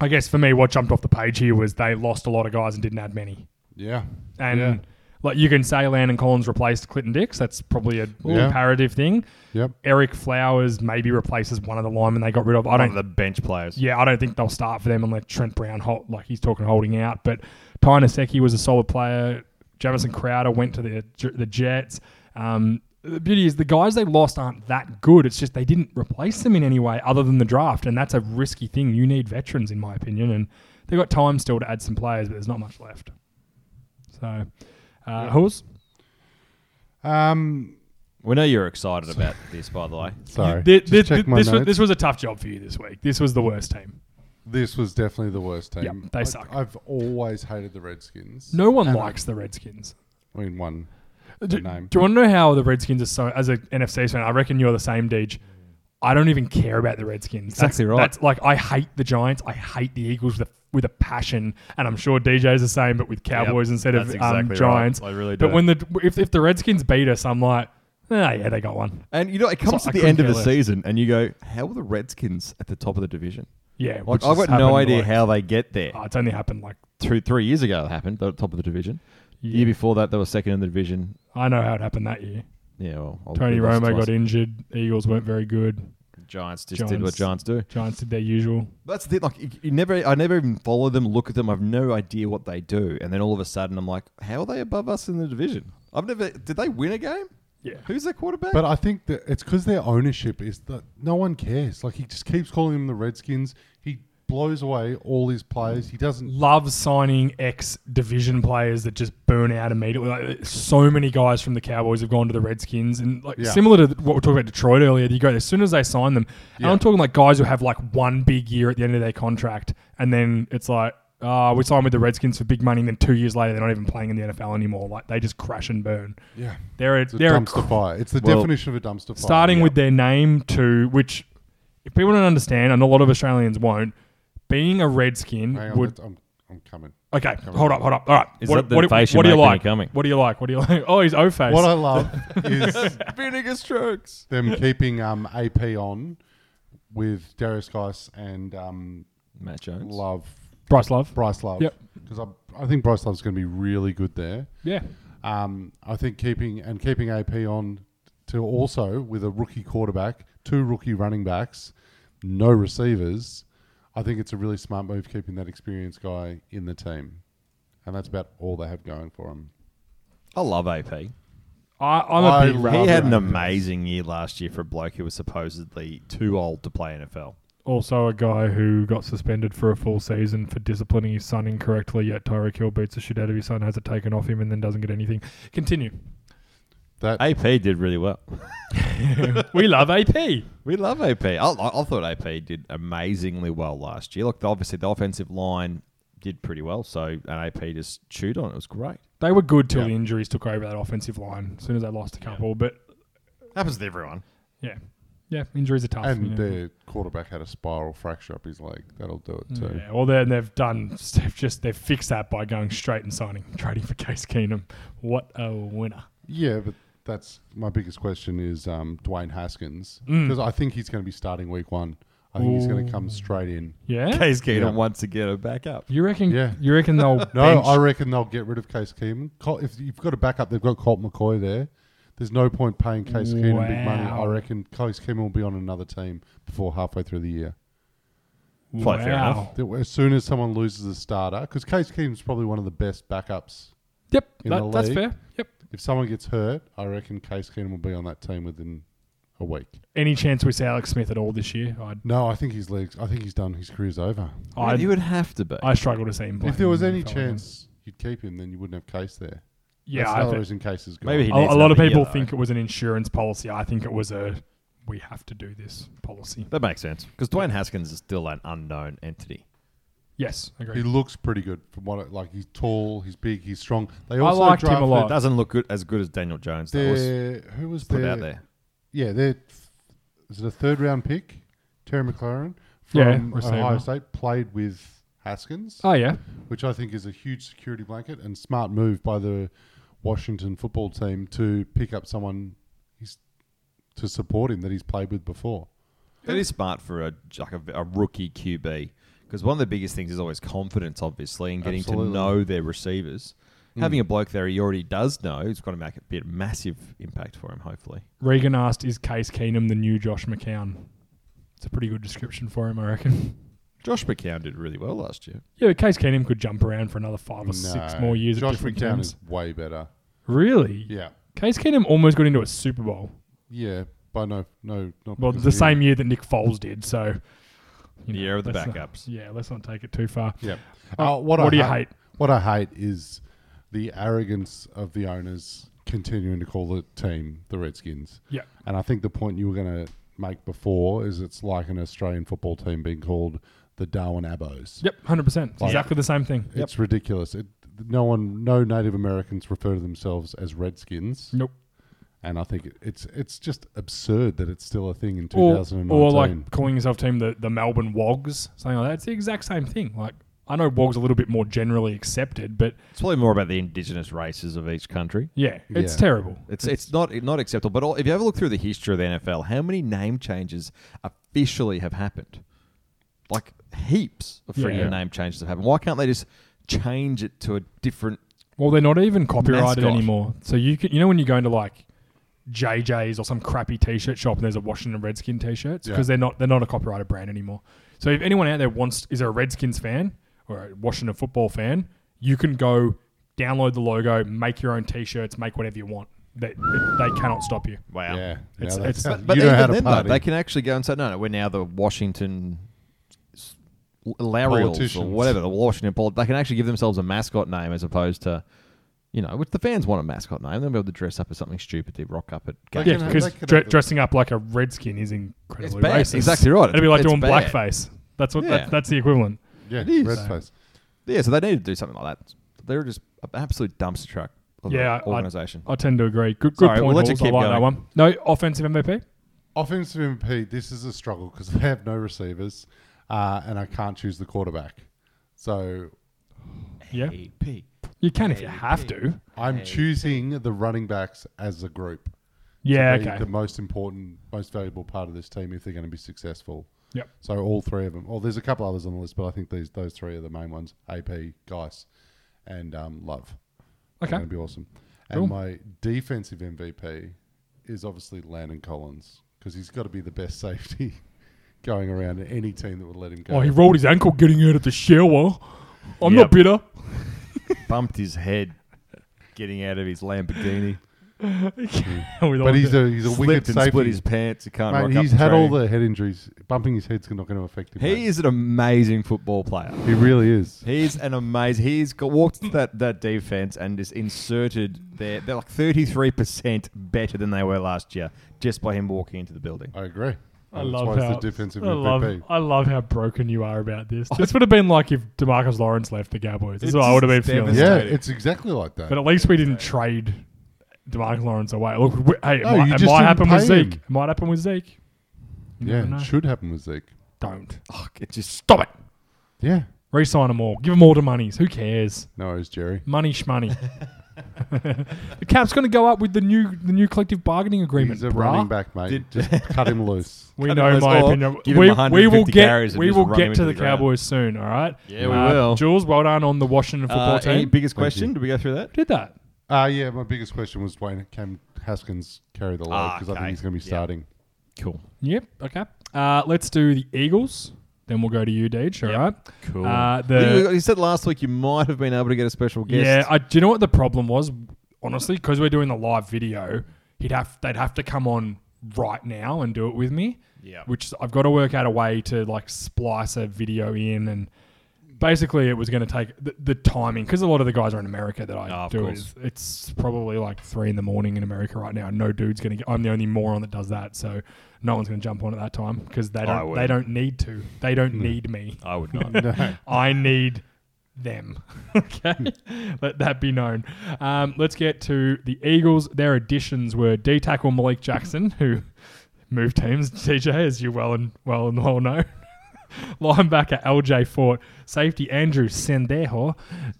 Speaker 12: I guess for me, what jumped off the page here was they lost a lot of guys and didn't add many.
Speaker 11: yeah.
Speaker 12: And
Speaker 11: Yeah.
Speaker 12: like you can say, Landon Collins replaced Clinton Dix. That's probably a
Speaker 11: Yeah.
Speaker 12: comparative thing.
Speaker 11: Yep.
Speaker 12: Eric Flowers maybe replaces one of the linemen they got rid of. I
Speaker 10: One
Speaker 12: don't
Speaker 10: of the bench players.
Speaker 12: yeah, I don't think they'll start for them unless Trent Brown hold, like he's talking holding out. But Ty Nasecki was a solid player. Jamison Crowder went to the the Jets. Um, the beauty is the guys they lost aren't that good. It's just they didn't replace them in any way other than the draft, and that's a risky thing. You need veterans, in my opinion, and they've got time still to add some players, but there's not much left. So, uh, who's
Speaker 11: Um,
Speaker 10: We know you're excited about this, by the way.
Speaker 11: sorry.
Speaker 12: Th-
Speaker 11: Just
Speaker 12: th-
Speaker 11: check
Speaker 12: th-
Speaker 11: my
Speaker 12: this, was,
Speaker 11: notes.
Speaker 12: this was a tough job for you this week. This was the worst team.
Speaker 11: This was definitely the worst team.
Speaker 12: Yep, they
Speaker 11: I,
Speaker 12: suck.
Speaker 11: I've always hated the Redskins.
Speaker 12: No one
Speaker 11: And I-
Speaker 12: likes the Redskins.
Speaker 11: I mean, one.
Speaker 12: Do,
Speaker 11: name.
Speaker 12: do you want to know how the Redskins are so? As an NFC fan, I reckon you're the same, Deej. I don't even care about the Redskins.
Speaker 10: Exactly
Speaker 12: That's-
Speaker 10: right.
Speaker 12: That's like I hate the Giants. I hate the Eagles with a, with a passion, and I'm sure DJ's the same, but with Cowboys
Speaker 10: Yep,
Speaker 12: instead of
Speaker 10: that's
Speaker 12: um,
Speaker 10: exactly right.
Speaker 12: Giants.
Speaker 10: I really
Speaker 12: But
Speaker 10: do.
Speaker 12: when the if, if the Redskins beat us, I'm like, ah, yeah, they got one.
Speaker 10: And you know, it
Speaker 12: So
Speaker 10: comes
Speaker 12: I
Speaker 10: to the
Speaker 12: couldn't
Speaker 10: end of
Speaker 12: care
Speaker 10: the
Speaker 12: less.
Speaker 10: season, and you go, "How are the Redskins at the top of the division?"
Speaker 12: Yeah,
Speaker 10: Like,
Speaker 12: which
Speaker 10: I've
Speaker 12: has
Speaker 10: got no
Speaker 12: happened,
Speaker 10: idea
Speaker 12: like-
Speaker 10: how they get there.
Speaker 12: Oh, it's only happened like
Speaker 10: Two, three years ago, it happened. They're at the top of the division. Year before that, they were second in the division.
Speaker 12: I know how it happened that year.
Speaker 10: Yeah, well, I'll-
Speaker 12: Tony
Speaker 10: we lost
Speaker 12: Romo
Speaker 10: twice.
Speaker 12: got injured. Eagles weren't very good.
Speaker 10: Giants just did what Giants do.
Speaker 12: Giants did their usual.
Speaker 10: That's the thing. Like you- you never, I never even follow them, look at them. I've no idea what they do, and then all of a sudden, I'm like, how are they above us in the division? I've never. Did they win a game?
Speaker 12: Yeah.
Speaker 10: Who's their quarterback?
Speaker 11: But I think that it's because their ownership is that no one cares. Like he just keeps calling them the Redskins. He blows away all his players. He doesn't.
Speaker 12: Love signing ex division players that just burn out immediately. Like, so many guys from the Cowboys have gone to the Redskins, and like
Speaker 11: Yeah.
Speaker 12: similar to what we were talking about Detroit earlier, you go as soon as they sign them. And I'm talking like guys who have like one big year at the end of their contract, and then it's like. Uh, we signed with the Redskins for big money, and then two years later, they're not even playing in the NFL anymore. Like they just crash and burn.
Speaker 11: Yeah.
Speaker 12: they're a,
Speaker 11: It's a
Speaker 12: they're
Speaker 11: dumpster fire. It's the definition of a dumpster fire.
Speaker 12: Starting
Speaker 11: Yeah.
Speaker 12: with their name too, which if people don't understand, and a lot of Australians won't, being a Redskin
Speaker 11: Hang on,
Speaker 12: would.
Speaker 11: I'm, I'm coming.
Speaker 12: Okay,
Speaker 11: Coming.
Speaker 12: hold up, hold up. All right,
Speaker 10: Is
Speaker 12: what,
Speaker 10: that the
Speaker 12: what, do-
Speaker 10: face you
Speaker 12: what do you
Speaker 10: make when
Speaker 12: like?
Speaker 10: you're coming?
Speaker 12: What do you like? What do you like? [laughs] Oh, he's O face.
Speaker 11: What
Speaker 12: [laughs]
Speaker 11: I love is
Speaker 10: vinegar strokes.
Speaker 11: them keeping um, AP on with Darius Geis and um,
Speaker 10: Matt Jones.
Speaker 11: Love
Speaker 12: Bryce Love.
Speaker 11: Bryce Love.
Speaker 12: Yep.
Speaker 11: Because I, I think Bryce Love's going to be really good there.
Speaker 12: Yeah.
Speaker 11: Um, I think keeping and keeping AP on to also with a rookie quarterback, two rookie running backs, no receivers. I think it's a really smart move keeping that experienced guy in the team, and that's about all they have going for them.
Speaker 10: I love AP.
Speaker 12: I, I'm a
Speaker 11: I
Speaker 12: big
Speaker 11: love-
Speaker 12: Ra-
Speaker 10: He had an
Speaker 11: AP.
Speaker 10: amazing year last year for a bloke who was supposedly too old to play NFL.
Speaker 12: also a guy who got suspended for a full season for disciplining his son incorrectly. Yet Tyreek Hill beats the shit out of his son, has it taken off him, and then doesn't get anything. Continue.
Speaker 11: That
Speaker 10: AP did really well. [laughs]
Speaker 12: [laughs] we love AP.
Speaker 10: We love AP. I, I I thought AP did amazingly well last year. Look, obviously the offensive line did pretty well, so and AP just chewed on it. It was great.
Speaker 12: They were good till the injuries took over that offensive line. As soon as they lost a couple, but
Speaker 10: Happens to everyone.
Speaker 12: yeah, yeah, injuries are tough.
Speaker 11: and
Speaker 12: you know.
Speaker 11: their quarterback had a spiral fracture up his leg. That'll do it too.
Speaker 12: Mm. Yeah, well, then they've done. They've just they've fixed that by going straight and signing, trading for Case Keenum. What a winner!
Speaker 11: Yeah, but that's my biggest question is um, Dwayne Haskins
Speaker 12: Mm.
Speaker 11: because I think he's going to be starting week one. I think he's going to come straight in.
Speaker 10: [laughs]
Speaker 12: Yeah,
Speaker 10: Case Keenum
Speaker 11: Yeah.
Speaker 10: once again are back up.
Speaker 12: you reckon?
Speaker 11: Yeah.
Speaker 12: you reckon they'll
Speaker 11: [laughs] No,
Speaker 12: bench-
Speaker 11: I reckon they'll get rid of Case Keenum. Col- If you've got a backup, they've got Colt McCoy there. There's no point paying Case Keenum big money. I
Speaker 12: Wow.
Speaker 11: reckon Case Keenum will be on another team before halfway through the year.
Speaker 10: Quite fair enough.
Speaker 11: That- As soon as someone loses a starter, because Case Keenum's probably one of the best backups.
Speaker 12: Yep,
Speaker 11: In
Speaker 12: that-
Speaker 11: the
Speaker 12: that's
Speaker 11: league.
Speaker 12: fair. Yep.
Speaker 11: If someone gets hurt, I reckon Case Keenum will be on that team within a week.
Speaker 12: Any chance we see Alex Smith at all this year? I'd,
Speaker 11: No, I think his legs. I think he's done. His career's over.
Speaker 12: I'd,
Speaker 10: you would have to be.
Speaker 12: I struggle to see him. playing
Speaker 11: if there was
Speaker 12: in the
Speaker 11: any
Speaker 12: NFL again.
Speaker 11: chance you'd keep him, then you wouldn't have Case there.
Speaker 12: yeah,
Speaker 11: That's
Speaker 12: I
Speaker 11: the only
Speaker 12: think,
Speaker 11: reason Case is gone.
Speaker 10: Maybe he
Speaker 12: a,
Speaker 10: needs
Speaker 12: a lot of
Speaker 10: another year,
Speaker 12: people
Speaker 10: though.
Speaker 12: think it was an insurance policy. I think it was a we have to do this policy.
Speaker 10: That makes sense because Dwayne Haskins is still an unknown entity.
Speaker 12: Yes, agree.
Speaker 11: He looks pretty good from what it, like he's tall, he's big, he's strong. They
Speaker 12: I
Speaker 11: also
Speaker 12: liked him a
Speaker 11: drafted
Speaker 12: lot.
Speaker 10: Doesn't look good as good as Daniel Jones. That was
Speaker 11: Their, who was
Speaker 10: put
Speaker 11: their,
Speaker 10: out there.
Speaker 11: Yeah, their is it a third round pick? Terry McLaren from
Speaker 12: Yeah, receiver.
Speaker 11: Ohio State played with Haskins,
Speaker 12: Oh yeah,
Speaker 11: which I think is a huge security blanket and smart move by the Washington football team to pick up someone he's, to support him that he's played with before.
Speaker 10: That is smart for a like a, a rookie QB because one of the biggest things is always confidence, obviously, and getting
Speaker 11: Absolutely.
Speaker 10: to know their receivers.
Speaker 11: Hmm.
Speaker 10: Having a bloke there he already does know, it's going to make a bit massive impact for him. Hopefully,
Speaker 12: Regan asked, "Is Case Keenum the new Josh McCown?" It's a pretty good description for him, I reckon.
Speaker 10: Josh McCown did really well last year.
Speaker 12: Yeah, but Case Keenum could jump around for another five or six
Speaker 11: No,
Speaker 12: more years. at
Speaker 11: Josh
Speaker 12: different
Speaker 11: McCown
Speaker 12: teams.
Speaker 11: is way better.
Speaker 12: really.
Speaker 11: Yeah,
Speaker 12: Case Keenum almost got into a Super Bowl.
Speaker 11: yeah, but no, no, not
Speaker 12: Well,
Speaker 11: because
Speaker 12: the
Speaker 11: of him.
Speaker 12: same year that Nick Foles did. So, you
Speaker 10: The year of the
Speaker 12: let's not-
Speaker 10: backups.
Speaker 12: yeah, let's not take it too far.
Speaker 11: Yeah.
Speaker 12: Uh,
Speaker 11: Uh, what
Speaker 12: what
Speaker 11: I
Speaker 12: do you hate?
Speaker 11: What I hate is the arrogance of the owners continuing to call the team the Redskins.
Speaker 12: Yeah.
Speaker 11: And I think the point you were going to make before is it's like an Australian football team being called the Darwin Abos.
Speaker 12: Yep, hundred percent. Exactly the same thing.
Speaker 11: It's ridiculous. It, no one, no Native Americans refer to themselves as Redskins,
Speaker 12: Nope.
Speaker 11: and I think it, it's it's just absurd that it's still a thing in
Speaker 12: Or,
Speaker 11: 2019.
Speaker 12: or like calling yourself team the, the Melbourne Wogs, something like that. It's the exact same thing. Like I know Wogs a little bit more generally accepted, but
Speaker 10: It's probably more about the indigenous races of each country.
Speaker 12: yeah, it's
Speaker 11: Yeah.
Speaker 12: terrible.
Speaker 10: It's it's not not acceptable. But all, if you ever look through the history of the NFL, how many name changes officially have happened? Like heaps of freaking
Speaker 12: Yeah.
Speaker 10: name changes have happened. Why can't they just change it to a different?
Speaker 12: Well, they're not even copyrighted
Speaker 10: Mascot.
Speaker 12: anymore. So you can, you know when you go into like JJ's or some crappy T-shirt shop and there's a Washington Redskin T-shirts
Speaker 11: Yeah.
Speaker 12: because they're not they're not a copyrighted brand anymore. So if anyone out there wants is a Redskins fan or a Washington football fan, you can go download the logo, make your own T-shirts, make whatever you want. They, they cannot stop you.
Speaker 10: Wow. Yeah.
Speaker 12: It's,
Speaker 11: Yeah,
Speaker 12: it's,
Speaker 11: that's-
Speaker 10: But
Speaker 11: You know
Speaker 10: even
Speaker 11: how to
Speaker 10: then, though,
Speaker 11: party.
Speaker 10: they can actually go and say, no, no, we're now the Washington s- Lariots or
Speaker 11: Politicians.
Speaker 10: whatever, the Washington Pol- They can actually give themselves a mascot name as opposed to, you know, which the fans want a mascot name. They'll be able to dress up as something stupid to rock up at games.
Speaker 12: yeah,
Speaker 11: can-
Speaker 12: because
Speaker 11: they could
Speaker 12: dre-
Speaker 11: have the-
Speaker 12: dressing up like a redskin is incredibly
Speaker 10: bad.
Speaker 12: racist.
Speaker 10: Exactly right.
Speaker 12: It'd be like
Speaker 10: It's-
Speaker 12: doing
Speaker 10: it's bad.
Speaker 12: blackface. That's what
Speaker 10: Yeah.
Speaker 12: that, that's the equivalent.
Speaker 11: Yeah,
Speaker 10: It is.
Speaker 11: red face.
Speaker 10: Yeah, so they need to do something like that. They were just an absolute dumpster truck of an
Speaker 12: Yeah, I-
Speaker 10: organization.
Speaker 12: I tend to agree. Good, good
Speaker 10: Sorry,
Speaker 12: point.
Speaker 10: we'll let you
Speaker 12: Halls. I
Speaker 10: keep
Speaker 12: like
Speaker 10: going.
Speaker 12: that one. No offensive MVP.
Speaker 11: Offensive MP, this is a struggle because [laughs] they have no receivers uh, and I can't choose the quarterback. So
Speaker 12: Yeah, you can if you have to.
Speaker 11: I'm choosing the running backs as a group.
Speaker 12: Yeah,
Speaker 11: be
Speaker 12: okay.
Speaker 11: the most important, most valuable part of this team if they're going to be successful.
Speaker 12: Yep.
Speaker 11: So all three of them. Oh, there's a couple others on the list, but I think these those three are the main ones: AP, Geis, and um, Love.
Speaker 12: Okay.
Speaker 11: going to be awesome. And
Speaker 12: Cool.
Speaker 11: my defensive MVP is obviously Landon Collins because he's got to be the best safety [laughs] going around in any team that would let him go.
Speaker 12: Oh, he rolled his ankle getting out of the shower. I'm
Speaker 10: Yep.
Speaker 12: not bitter.
Speaker 10: Bumped his head getting out of his
Speaker 11: [laughs]
Speaker 10: Lamborghini.
Speaker 12: We
Speaker 11: [laughs] but
Speaker 12: like
Speaker 11: he's
Speaker 12: it.
Speaker 11: a he's a wicked
Speaker 10: Slipped and
Speaker 11: safety.
Speaker 10: split his pants. He can't rock
Speaker 11: Mate,
Speaker 10: up
Speaker 11: he's
Speaker 10: the
Speaker 11: had all
Speaker 10: track.
Speaker 11: the head injuries. Bumping his head's not going to affect him.
Speaker 10: He
Speaker 11: mate.
Speaker 10: is an amazing football player.
Speaker 11: He really is.
Speaker 10: He's an amazing. He's got, walked that, that defense and just inserted their. They're like 33% better than they were last year just by him walking into the building.
Speaker 11: I agree.
Speaker 12: I
Speaker 11: That's
Speaker 12: love
Speaker 11: why he's
Speaker 12: how
Speaker 11: the defensive
Speaker 12: I love,
Speaker 11: MVP.
Speaker 12: I love how broken you are about this. This would have been like if Demarcus Lawrence left the Cowboys. This is what I would have been
Speaker 10: It's
Speaker 12: feeling.
Speaker 11: yeah,
Speaker 10: devastating.
Speaker 11: it's exactly like that.
Speaker 12: But at least we didn't trade Demarcus Lawrence away. Look, we, hey, it
Speaker 11: No, you
Speaker 12: might, it
Speaker 11: just
Speaker 12: might
Speaker 11: didn't
Speaker 12: happen with
Speaker 11: pay him.
Speaker 12: Zeke. It might happen with Zeke. You
Speaker 11: yeah,
Speaker 12: never know.
Speaker 11: it should happen with Zeke.
Speaker 12: Don't
Speaker 10: Oh, it just
Speaker 12: stop it.
Speaker 11: Yeah.
Speaker 12: Resign them all. Give them all to monies. Who cares?
Speaker 11: No worries, Jerry.
Speaker 12: Money shmoney. [laughs] the cap's going to go up with the new the new collective bargaining agreement.
Speaker 11: He's a
Speaker 12: bruh.
Speaker 11: running back, mate. Just cut him loose.
Speaker 12: We
Speaker 10: Cut
Speaker 12: know
Speaker 10: him
Speaker 12: my
Speaker 10: loose or
Speaker 12: opinion.
Speaker 10: give him
Speaker 12: We,
Speaker 10: 150
Speaker 12: we will
Speaker 10: carries and
Speaker 12: get we
Speaker 10: just
Speaker 12: will
Speaker 10: run him
Speaker 12: get to
Speaker 10: into
Speaker 12: the,
Speaker 10: the ground.
Speaker 12: Cowboys soon. All right. Uh,
Speaker 10: Yeah, we will.
Speaker 12: Jules, well done on the Washington football
Speaker 10: Uh,
Speaker 12: team.
Speaker 10: any biggest
Speaker 11: Thank
Speaker 10: question?
Speaker 11: you.
Speaker 10: Did we go through that?
Speaker 12: did that.
Speaker 11: Uh, yeah, my biggest question was Dwayne Cam Haskins carry the load
Speaker 10: Ah,
Speaker 11: because I
Speaker 10: okay.
Speaker 11: think he's going to be
Speaker 10: Yeah.
Speaker 11: starting.
Speaker 10: Cool.
Speaker 12: Yep. Okay. Uh, let's do the Eagles. Then we'll go to you, Deej. All right.
Speaker 10: Cool.
Speaker 12: Uh,
Speaker 10: you,
Speaker 12: the
Speaker 10: you said last week you might have been able to get a special guest.
Speaker 12: yeah. I, do you know what the problem was? Honestly, because we're doing the live video, he'd have they'd have to come on right now and do it with me.
Speaker 10: Yeah.
Speaker 12: Which I've got to work out a way to like splice a video in and. Basically, it was going to take the, the timing because a lot of the guys are in America that
Speaker 10: Oh,
Speaker 12: I
Speaker 10: of
Speaker 12: do.
Speaker 10: course.
Speaker 12: Is, it's probably like three in the morning in America right now. No dude's going to. I'm the only moron that does that, so no one's going to jump on at that time because they don't. They
Speaker 10: wouldn't.
Speaker 12: don't need to. They don't need me.
Speaker 10: I
Speaker 12: [laughs]
Speaker 10: would not.
Speaker 12: I need them. [laughs] okay, let that be known. Um, let's get to the Eagles. Their additions were D tackle Malik Jackson, who moved teams. [laughs] TJ, as you well and well and well know. [laughs] Linebacker LJ Fort, safety Andrew Sendejo,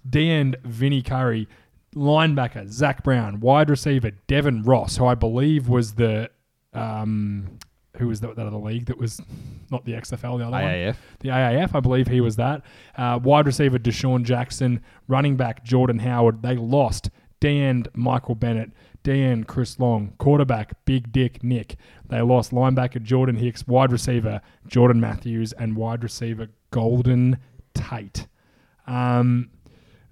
Speaker 12: D end Vinny Curry, linebacker Zach Brown, wide receiver Devin Ross, who I believe was the um, who was that, that other league that was not the XFL, the other one
Speaker 10: AAF.
Speaker 12: the AAF. I believe he was that. Uh, wide receiver Deshaun Jackson, running back Jordan Howard. They lost D end Michael Bennett, D end Chris Long, quarterback Big Dick Nick. They lost linebacker Jordan Hicks, wide receiver Jordan Matthews, and wide receiver Golden Tate. Um,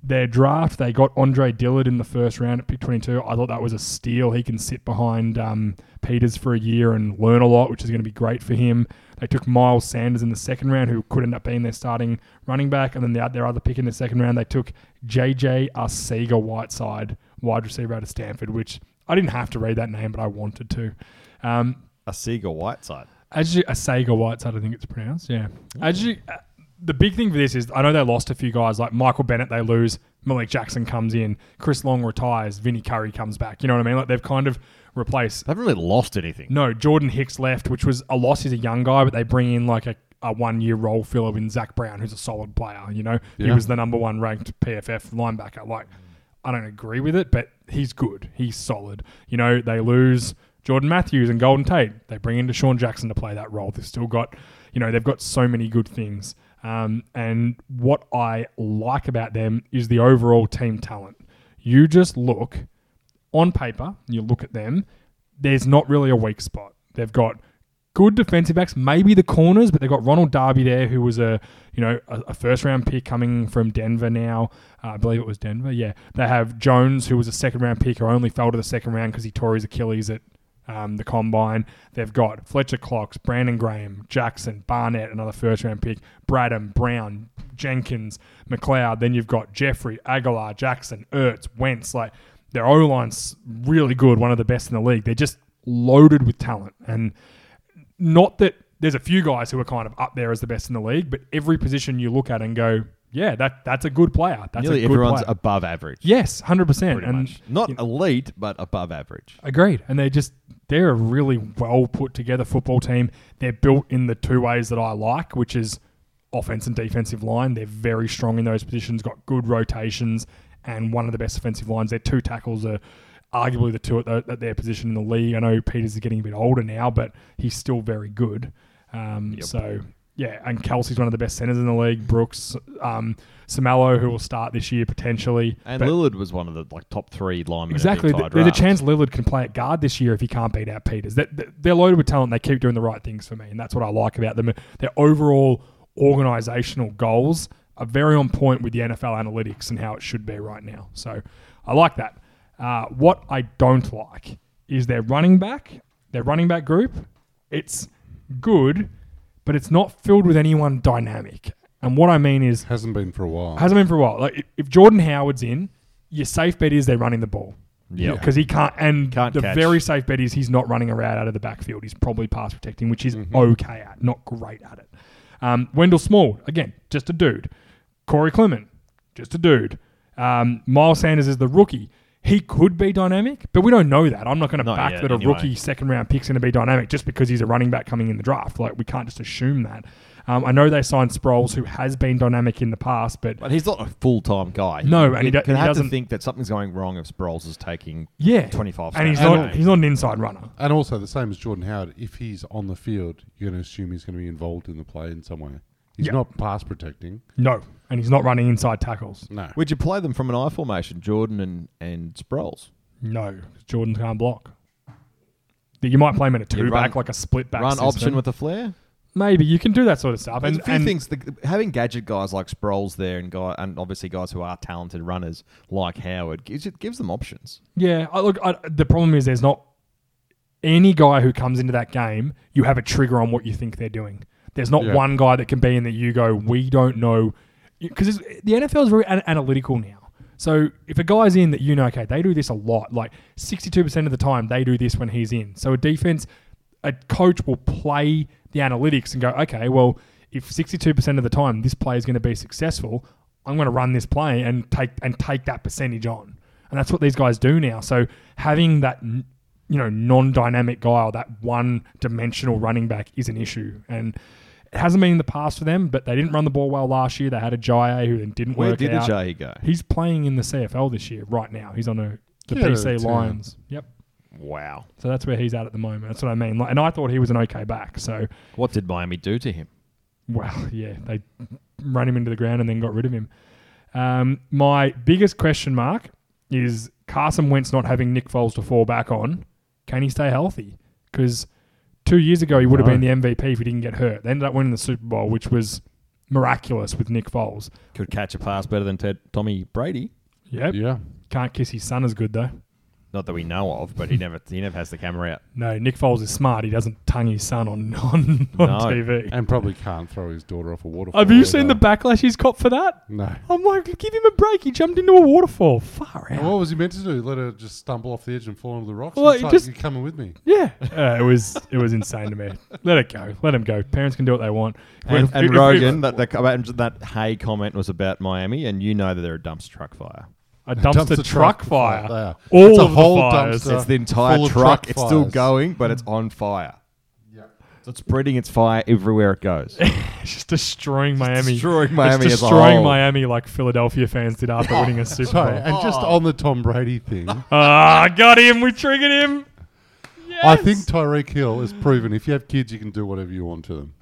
Speaker 12: their draft, they got Andre Dillard in the first round at pick 22. I thought that was a steal. He can sit behind um, Peters for a year and learn a lot, which is going to be great for him. They took Miles Sanders in the second round, who could end up being their starting running back. And then the, their other pick in the second round, they took JJ Arcega Whiteside, wide receiver out of Stanford, which I didn't have to read that name, but I wanted to. Um,
Speaker 10: a Seagull Whiteside.
Speaker 12: as you, a Sega Whiteside, I think it's pronounced. Yeah. As you, uh, the big thing for this is I know they lost a few guys like Michael Bennett. They lose Malik Jackson comes in, Chris Long retires, Vinnie Curry comes back. You know what I mean? Like they've kind of replaced.
Speaker 10: They haven't really lost anything.
Speaker 12: No, Jordan Hicks left, which was a loss. He's a young guy, but they bring in like a, a one year role filler in Zach Brown, who's a solid player. You know, he was the number one ranked PFF linebacker. Like, I don't agree with it, but he's good. He's solid. You know, they lose Jordan Matthews and Golden Tate. They bring in Deshaun Jackson to play that role. They've still got, you know, they've got so many good things. Um, and what I like about them is the overall team talent. You just look on paper, you look at them, there's not really a weak spot. They've got good defensive backs, maybe the corners, but they've got Ronald Darby there, who was a you know a, a first round pick coming from Denver now. Uh, I believe it was Denver. Yeah, they have Jones, who was a second round pick, who only fell to the second round because he tore his Achilles at um, the combine. They've got Fletcher Clocks, Brandon Graham, Jackson, Barnett, another first round pick, Bradham, Brown, Jenkins, McLeod. Then you've got Jeffrey, Aguilar, Jackson, Ertz, Wentz. Like their O line's really good, one of the best in the league. They're just loaded with talent. And not that there's a few guys who are kind of up there as the best in the league, but every position you look at and go, yeah, that that's a good player. That's
Speaker 10: Nearly
Speaker 12: a good
Speaker 10: everyone's
Speaker 12: player.
Speaker 10: above average.
Speaker 12: Yes, hundred percent.
Speaker 10: Pretty
Speaker 12: And
Speaker 10: much. Not elite, but above average.
Speaker 12: Agreed. And they just they're a really well put together football team. They're built in the two ways that I like, which is offense and defensive line. They're very strong in those positions, got good rotations, and one of the best offensive lines. Their two tackles are arguably the two at, the, at their position in the league. I know Peters is getting a bit older now, but he's still very good. Um, So yeah, and Kelsey's one of the best centers in the league. Brooks, um, Samalo, who will start this year potentially,
Speaker 10: And
Speaker 12: but-
Speaker 10: Lillard was one of the like top three linemen.
Speaker 12: Exactly.
Speaker 10: Of the
Speaker 12: Th-
Speaker 10: entire
Speaker 12: There's a
Speaker 10: draft.
Speaker 12: chance Lillard can play at guard this year if he can't beat out Peters. That- that- They're loaded with talent. They keep doing the right things for me, and that's what I like about them. Their overall organizational goals are very on point with the NFL analytics and how it should be right now. So I like that. Uh, what I don't like is their running back. Their running back group. It's good, but it's not filled with anyone dynamic. And what I mean is
Speaker 11: hasn't been for a
Speaker 10: Oh.
Speaker 11: while.
Speaker 12: Hasn't been for a while. Like if- if Jordan Howard's in, your safe bet is they're running the ball.
Speaker 10: Yeah.
Speaker 12: because he can't. And the
Speaker 10: catch.
Speaker 12: very safe bet is he's not running a route out of the backfield. He's probably pass protecting, which he's
Speaker 10: Mm-hmm.
Speaker 12: okay at, not great at it. Um, Wendell Small again, just a dude. Corey Clement, just a dude. Um, Miles Sanders is the rookie. He could be dynamic, but we don't know that. I'm not going to
Speaker 10: Not
Speaker 12: back
Speaker 10: yet,
Speaker 12: that a
Speaker 10: anyway.
Speaker 12: rookie second round pick's going to be dynamic just because he's a running back coming in the draft. Like we can't just assume that. Um, I know they signed Sproles, who has been dynamic in the past, but
Speaker 10: But he's not a full time guy.
Speaker 12: No, and he
Speaker 10: You
Speaker 12: do-
Speaker 10: can
Speaker 12: he
Speaker 10: have
Speaker 12: doesn't-
Speaker 10: to think that something's going wrong if Sproles is taking
Speaker 12: Yeah.
Speaker 10: twenty five.
Speaker 12: And he's not he's not an inside runner.
Speaker 11: And also the same as Jordan Howard, if he's on the field, you're going to assume he's going to be involved in the play in some way. He's
Speaker 12: Yeah.
Speaker 11: not pass protecting.
Speaker 12: No. And he's not running inside tackles.
Speaker 11: No.
Speaker 10: Would you play them from an I formation, Jordan and and Sproles?
Speaker 12: No. Jordan can't block. That You might play him in a two
Speaker 10: You run-
Speaker 12: back, like a split back.
Speaker 10: run
Speaker 12: system.
Speaker 10: option with a flare.
Speaker 12: Maybe you can do that sort of stuff.
Speaker 10: There's
Speaker 12: And,
Speaker 10: a few
Speaker 12: and
Speaker 10: things. The, having gadget guys like Sproles there and guy and obviously guys who are talented runners like Howard gives it gives them options.
Speaker 12: Yeah, I, look, I, the problem is there's not any guy who comes into that game. You have a trigger on what you think they're doing. There's not
Speaker 11: Yeah.
Speaker 12: one guy that can be in that you go, we don't know, because the NFL is very an- analytical now. So if a guy's in that you know, okay, they do this a lot. Like 62% of the time, they do this when he's in. So a defense, a coach will play the analytics and go, okay, well, if 62% of the time this play is going to be successful, I'm going to run this play and take and take that percentage on. And that's what these guys do now. So having that, n- you know, non-dynamic guy or that one-dimensional running back is an issue, and it hasn't been in the past for them. But they didn't run the ball well last year. They had a Jai who then didn't
Speaker 10: Where
Speaker 12: work
Speaker 10: did
Speaker 12: out.
Speaker 10: Ajayi go?
Speaker 12: He's playing in the CFL this year, right now. He's on a the
Speaker 11: Yeah,
Speaker 12: PC
Speaker 11: it's, uh,
Speaker 12: Lions. Yep.
Speaker 10: Wow.
Speaker 12: So that's where he's at at the moment. That's what I mean. Like, and I thought he was an okay back. So,
Speaker 10: What did Miami do to him?
Speaker 12: well, [laughs] yeah, they ran him into the ground and then got rid of him. Um, my biggest question mark is Carson Wentz not having Nick Foles to fall back on. Can he stay healthy? Because two years ago he would have
Speaker 11: No.
Speaker 12: been the MVP if he didn't get hurt. They ended up winning the Super Bowl, which was miraculous with Nick Foles.
Speaker 10: Could catch a pass better than Ted, Tommy Brady.
Speaker 12: Yep.
Speaker 11: Yeah.
Speaker 12: Can't kiss his son as good though.
Speaker 10: Not that we know of, [laughs] but he never he never has the camera out.
Speaker 12: No, Nick Foles is smart. He doesn't tongue his son on [laughs] on, on
Speaker 10: No.
Speaker 12: TV.
Speaker 11: And probably can't throw his daughter off a waterfall.
Speaker 12: Have you seen the
Speaker 11: either.
Speaker 12: backlash he's caught for that?
Speaker 11: No.
Speaker 12: I'm like, give him a break. He jumped into a waterfall. Far out.
Speaker 11: What was he meant to do? Let her just stumble off the edge and fall into the rocks?
Speaker 12: Well,
Speaker 11: it's
Speaker 12: it
Speaker 11: like,
Speaker 12: just-
Speaker 11: you're coming with me.
Speaker 12: Yeah, uh, it was it was insane to me. Let it go. Let him go. Parents can do what they want.
Speaker 10: And,
Speaker 12: If-
Speaker 10: and
Speaker 12: if- if-
Speaker 10: Rogan, that, that that Hay comment was about Miami, and you know that they're a dumpster truck fire.
Speaker 12: a dumpster,
Speaker 11: Dumpster
Speaker 12: truck,
Speaker 11: truck
Speaker 12: fire.
Speaker 11: fire.
Speaker 12: All
Speaker 11: It's a
Speaker 12: of
Speaker 11: whole
Speaker 12: the fires.
Speaker 11: dumpster.
Speaker 10: It's the entire
Speaker 11: Full of
Speaker 10: truck.
Speaker 11: truck
Speaker 10: It's still
Speaker 11: fires.
Speaker 10: going, but it's on fire. So it's spreading its fire everywhere it goes.
Speaker 12: It's just destroying Miami.
Speaker 10: destroying Miami as
Speaker 12: It's
Speaker 10: a
Speaker 12: destroying
Speaker 10: whole.
Speaker 12: Miami like Philadelphia fans did after winning a Super
Speaker 11: Sorry,
Speaker 12: Bowl.
Speaker 11: and just on the Tom Brady thing,
Speaker 12: Ah, got him. We triggered him.
Speaker 11: I think Tyreek Hill has proven if you have kids, you can do whatever you want to them.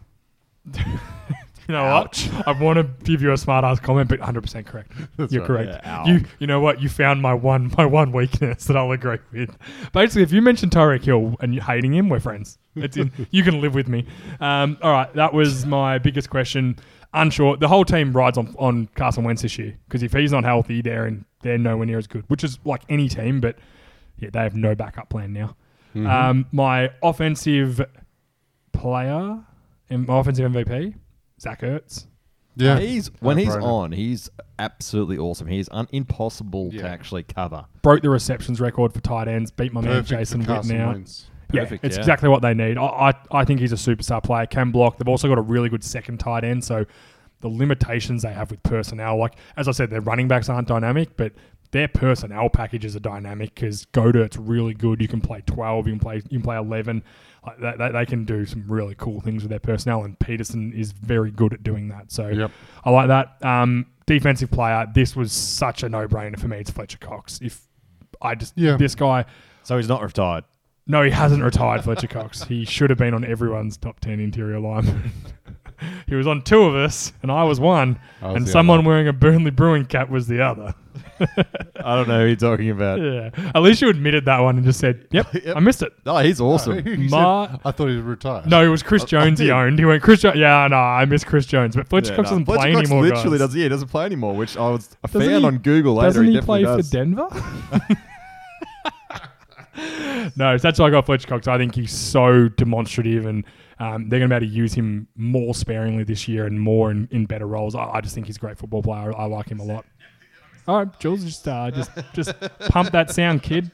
Speaker 12: You know what? I want to give you a smart ass comment, but 100% correct.
Speaker 11: [laughs] That's
Speaker 12: You're
Speaker 11: right.
Speaker 12: correct.
Speaker 11: Yeah,
Speaker 12: you you know what? You found my one my one weakness that I'll agree with. Basically, if you mention Tyreek Hill and you're hating him, we're friends. It's in, [laughs] you can live with me. Um, all right, that was my biggest question. Unsure. The whole team rides on on Carson Wentz this year because if he's not healthy, they're in, they're nowhere near as good. Which is like any team, but yeah, they have no backup plan now.
Speaker 11: Mhm.
Speaker 12: Um, my offensive player, and my offensive MVP, Zach Ertz.
Speaker 10: [laughs]
Speaker 11: Yeah.
Speaker 10: He's when he's
Speaker 11: Brandon.
Speaker 10: on, he's absolutely awesome. He's un- impossible to actually cover.
Speaker 12: broke the receptions record for tight ends, beat my
Speaker 11: Perfect for
Speaker 12: man Jason
Speaker 11: Carson
Speaker 12: Witten out.
Speaker 11: Wentz.
Speaker 10: Perfect,
Speaker 12: yeah, it's
Speaker 10: yeah.
Speaker 12: exactly what they need. I, I, I think he's a superstar player, can block. They've also got a really good second tight end, so the limitations they have with personnel, like as I said, their running backs aren't dynamic, but their personnel packages are dynamic because Godert's really good. You can play twelve, you can play you can play eleven. Like they, they, they can do some really cool things with their personnel, and Peterson is very good at doing that. So
Speaker 11: Yep.
Speaker 12: I like that. Um, defensive player, this was such a no-brainer for me. It's Fletcher Cox. If I just
Speaker 11: Yeah.
Speaker 12: this guy,
Speaker 10: So he's not retired.
Speaker 12: no, he hasn't retired Fletcher Cox. He should have been on everyone's top ten interior lineman. [laughs] he was on two of us, and I was one,
Speaker 11: I was
Speaker 12: and
Speaker 11: the
Speaker 12: someone
Speaker 11: other.
Speaker 12: wearing a Burnley Brewing cap was the other.
Speaker 10: I don't know who you're talking about. [laughs]
Speaker 12: yeah, at least you admitted that one and just said, "Yep,
Speaker 10: Yep.
Speaker 12: I missed it."
Speaker 10: No, Oh, he's [laughs] awesome.
Speaker 11: He said-
Speaker 12: Ma-
Speaker 11: I thought he was retired.
Speaker 12: No, it was Chris Jones he owned. He went Chris Jones. Yeah, no, I miss Chris Jones, but Fletcher
Speaker 10: Yeah,
Speaker 12: Cox
Speaker 10: no.
Speaker 12: doesn't
Speaker 10: Fletcher
Speaker 12: play
Speaker 10: Cox
Speaker 12: anymore.
Speaker 10: Literally
Speaker 12: guys.
Speaker 10: doesn't. Yeah, he doesn't play anymore. Which I was I
Speaker 12: Doesn't
Speaker 10: found
Speaker 12: he-
Speaker 10: on Google later.
Speaker 12: Doesn't
Speaker 10: he,
Speaker 12: he,
Speaker 10: definitely
Speaker 12: play
Speaker 10: does. [laughs]
Speaker 12: for Denver? no, so that's why I got Fletcher Cox. I think he's so demonstrative, and um, they're going to be able to use him more sparingly this year and more in, in better roles. I, I just think he's a great football player. I, I like him a lot. All right, Jules, just uh, just just pump that sound, kid.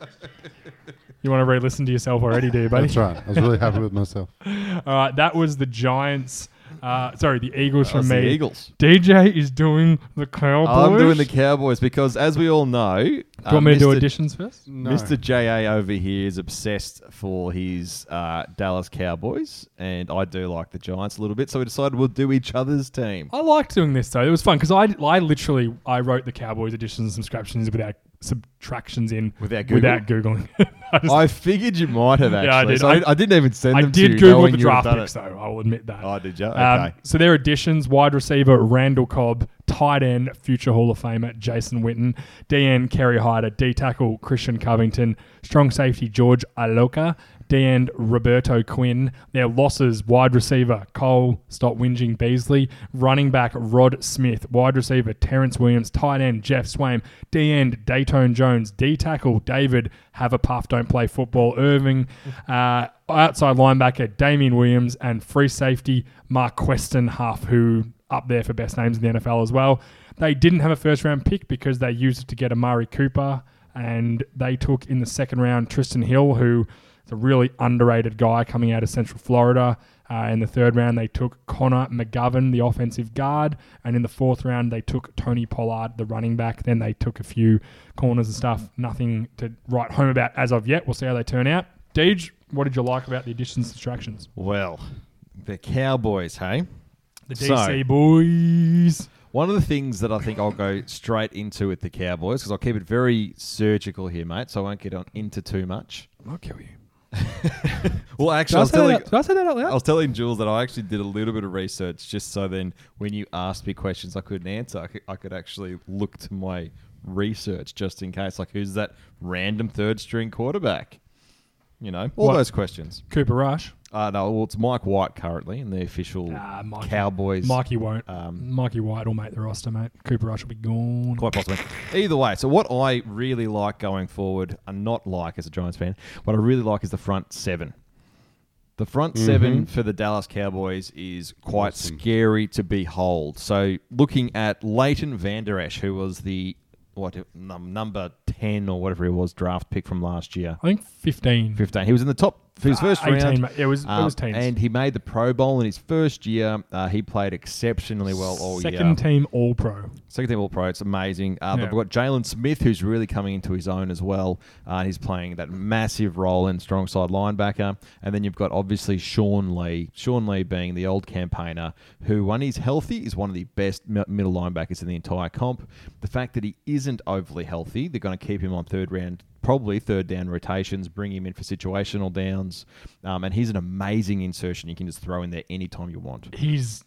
Speaker 12: You want to re-listen to yourself already, do you, buddy?
Speaker 11: That's right. I was really happy with myself.
Speaker 12: All right, that was the Giants. Uh, sorry, the Eagles from
Speaker 10: was the
Speaker 12: me.
Speaker 10: Eagles.
Speaker 12: DJ is doing the Cowboys.
Speaker 10: I'm doing the Cowboys because, as we all know, uh, do
Speaker 12: Do you want me to do additions first?
Speaker 10: Mr. JA over here is obsessed for his uh, Dallas Cowboys, and I do like the Giants a little bit. So we decided we'll do each other's team.
Speaker 12: I liked doing this though. It was fun because I, I literally I wrote the Cowboys additions and subscriptions without subtractions in
Speaker 10: Without Google?
Speaker 12: without googling. [laughs] I, just-
Speaker 10: I figured you might have actually.
Speaker 12: Yeah, I did.
Speaker 10: So
Speaker 12: I-
Speaker 10: I, didn't even send
Speaker 12: I
Speaker 10: them to you.
Speaker 12: did Google
Speaker 10: knowing
Speaker 12: the
Speaker 10: you would have
Speaker 12: draft
Speaker 10: done
Speaker 12: picks
Speaker 10: it.
Speaker 12: though. I will admit that.
Speaker 10: Oh, did you?
Speaker 12: Um,
Speaker 10: Okay.
Speaker 12: so their additions: wide receiver Randall Cobb, tight end future Hall of Famer Jason Witten, DN Kerry Hyder, D tackle Christian Covington, strong safety George Aloka, DN Roberto Quinn. Their losses: wide receiver Cole Stop Whinging Beasley, running back Rod Smith, wide receiver Terrence Williams, tight end Jeff Swaim, DN Dayton Jones, D tackle David Have a Puff, don't play football Irving. Uh, outside linebacker Damian Williams and free safety Mark Queston Huff, who up there for best names in the NFL as well. They didn't have a first round pick because they used it to get Amari Cooper, and they took in the second round Tristan Hill, who is a really underrated guy coming out of Central Florida. Uh, in the third round, they took Connor McGovern, the offensive guard, and in the fourth round, they took Tony Pollard, the running back. Then they took a few corners and stuff. Nothing to write home about as of yet. We'll see how they turn out. Deej, what did you like about the additions distractions?
Speaker 10: Well, the Cowboys, hey?
Speaker 12: The
Speaker 10: So-
Speaker 12: DC boys.
Speaker 10: One of the things that I think I'll go straight into with the Cowboys, because I'll keep it very surgical here, mate, so I won't get on into too much.
Speaker 12: I'll kill you.
Speaker 10: Well, actually,
Speaker 12: Did
Speaker 10: I
Speaker 12: I,
Speaker 10: was
Speaker 12: say that,
Speaker 10: telling,
Speaker 12: out- did I say that out
Speaker 10: I
Speaker 12: loud?
Speaker 10: was telling Jules that I actually did a little bit of research just so then when you asked me questions I couldn't answer, I could, I could actually look to my research just in case. Like, who's that random third string quarterback? You know, all
Speaker 12: What?
Speaker 10: those questions.
Speaker 12: Cooper Rush.
Speaker 10: Uh, no, well, it's Mike White currently in the official
Speaker 12: Ah, Mikey.
Speaker 10: Cowboys.
Speaker 12: Mikey won't.
Speaker 10: um,
Speaker 12: Mikey White will make the roster, mate. Cooper Rush will be gone.
Speaker 10: Quite possibly. Either way, so what I really like going forward, and not like as a Giants fan, what I really like is the front seven. The front
Speaker 12: Mm-hmm.
Speaker 10: seven for the Dallas Cowboys is quite scary to behold. So looking at Leighton Vander Esch, who was the what num- number ten or whatever he was draft pick from last year,
Speaker 12: I think 15.
Speaker 10: 15. He was in the top for his
Speaker 12: Uh,
Speaker 10: first
Speaker 12: 18,
Speaker 10: round. Um,
Speaker 12: mate. It was- it was teams.
Speaker 10: And he made the Pro Bowl in his first year. Uh, he played exceptionally well all year.
Speaker 12: Second team All Pro.
Speaker 10: Second team All Pro, it's amazing. Uh,
Speaker 12: Yeah.
Speaker 10: They've got Jalen Smith, who's really coming into his own as well. Uh, he's playing that massive role in strong side linebacker. And then you've got obviously Sean Lee. Sean Lee being the old campaigner, who, when he's healthy, is one of the best mi- middle linebackers in the entire comp. The fact that he isn't overly healthy, they're going to keep him on third round, probably third down rotations, bring him in for situational downs. Um, and he's an amazing insertion you can just throw in there anytime you want.
Speaker 12: He's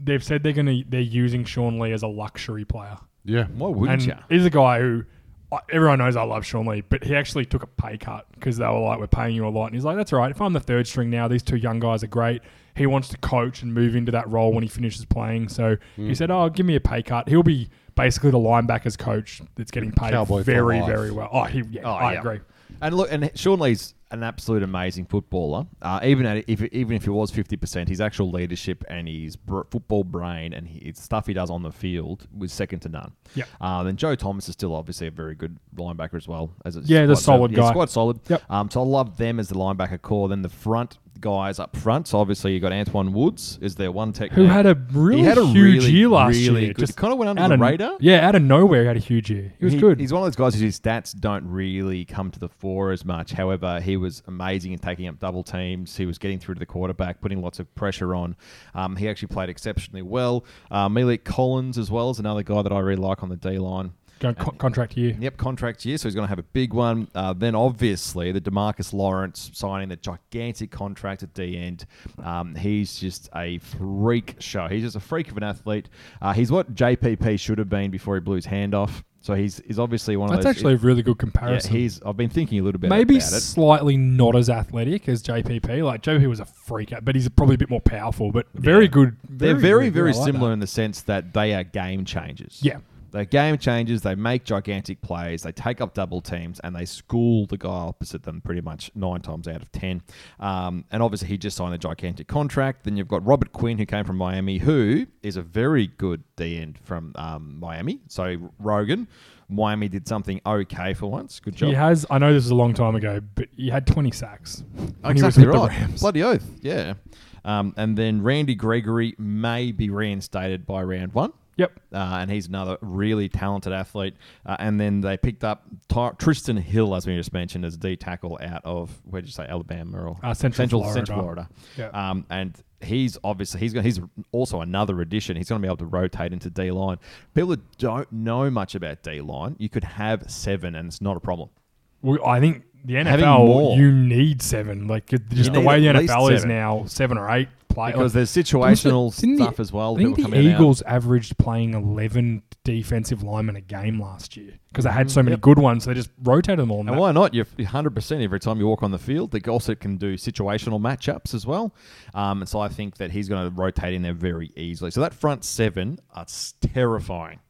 Speaker 12: they've said they're gonna they're using Sean Lee as a luxury player.
Speaker 11: Yeah. Why wouldn't
Speaker 12: and
Speaker 11: ya?
Speaker 12: He's a guy who I- everyone knows I love Sean Lee, but he actually took a pay cut because they were like, "We're paying you a lot," and he's like, "That's all right. If I'm the third string now, these two young guys are great." He wants to coach and move into that role when he finishes playing. So he
Speaker 11: Mm.
Speaker 12: said, "Oh, give me a pay cut." He'll be basically the linebackers coach that's getting paid
Speaker 11: Cowboy for
Speaker 12: very,
Speaker 11: life.
Speaker 12: very well. Oh, he, yeah, I agree.
Speaker 10: And look, and Sean Lee's an absolute amazing footballer. Uh, even at, if even if he was fifty percent, his actual leadership and his br- football brain and his stuff he does on the field was second to none.
Speaker 12: Yeah.
Speaker 10: Um, and Joe Thomas is still obviously a very good linebacker as well as a
Speaker 12: Yeah, he's a
Speaker 10: squad-
Speaker 12: solid
Speaker 10: yeah,
Speaker 12: guy.
Speaker 10: Squad solid. Yep. Um, so I love them as the linebacker core. Then the front guys up front. So obviously you got Antoine Woods is their one technique
Speaker 12: Who had a really huge
Speaker 10: really,
Speaker 12: year last
Speaker 10: really
Speaker 12: year?
Speaker 10: Good. kind of went under
Speaker 12: out
Speaker 10: the
Speaker 12: of-
Speaker 10: radar.
Speaker 12: Yeah, out of nowhere, he had a huge year. He was good.
Speaker 10: He's one of those guys whose stats don't really come to the fore as much. However, he was amazing in taking up double teams. He was getting through to the quarterback, putting lots of pressure on. Um, he actually played exceptionally well. Uh, Malik Collins as well is another guy that I really like on the D line.
Speaker 12: Going co- contract year.
Speaker 10: Yep, contract year, so he's going to have a big one. Uh, then, obviously, the Demarcus Lawrence signing the gigantic contract at D end. Um, he's just a freak show. He's just a freak of an athlete. Uh, he's what JPP should have been before he blew his hand off. So he's, he's obviously one of
Speaker 12: That's
Speaker 10: those.
Speaker 12: actually a really good comparison.
Speaker 10: Yeah, he's. I've been thinking a little bit
Speaker 12: Maybe
Speaker 10: about it.
Speaker 12: slightly not as athletic as JPP. Like JPP was a freak, but he's probably a bit more powerful. But very good.
Speaker 10: They're very,
Speaker 12: good.
Speaker 10: very
Speaker 12: I like
Speaker 10: similar in the sense that they are game changers.
Speaker 12: Yeah.
Speaker 10: They're game changers. They make gigantic plays. They take up double teams and they school the guy opposite them pretty much nine times out of 10. Um, and obviously, he just signed a gigantic contract. Then you've got Robert Quinn, who came from Miami, who is a very good D end from um, Miami. So, Rogan, Miami did something okay for once. Good
Speaker 12: that.
Speaker 10: job.
Speaker 12: He has. I know this was a long time ago, but he had 20 sacks. when he was
Speaker 10: Exactly
Speaker 12: with the
Speaker 10: right.
Speaker 12: Rams.
Speaker 10: Bloody oath. Yeah. Um, and then Randy Gregory may be reinstated by round one.
Speaker 12: Yep.
Speaker 10: Uh, and he's another really talented athlete. Uh, and then they picked up Ty- Tristan Hill, as we just mentioned, as D tackle out of, where'd you say, Alabama or
Speaker 12: Uh, Central Florida.
Speaker 10: Central Florida.
Speaker 12: Yep.
Speaker 10: Um, and he's obviously he's gonna, he's also another addition. He's going to be able to rotate into D line. People that don't know much about D line, you could have seven, and it's not a problem.
Speaker 12: Well, I think the
Speaker 10: Having
Speaker 12: NFL,
Speaker 10: more.
Speaker 12: you need seven. Like it- just
Speaker 10: You
Speaker 12: the
Speaker 10: need
Speaker 12: way the
Speaker 10: at least
Speaker 12: NFL is
Speaker 10: seven.
Speaker 12: now, seven or eight players.
Speaker 10: Because there's situational stuff as well,
Speaker 12: I
Speaker 10: people
Speaker 12: think the
Speaker 10: coming in and out.
Speaker 12: Eagles averaged playing 11 defensive linemen a game last year because they had
Speaker 10: Mhm.
Speaker 12: so many
Speaker 10: Yep.
Speaker 12: good ones. They just rotated them all.
Speaker 10: And
Speaker 12: that-
Speaker 10: why not? You're 100% every time you walk on the field. They also can do situational matchups as well. Um, and so I think that he's going to rotate in there very easily. So that front seven are s- terrifying.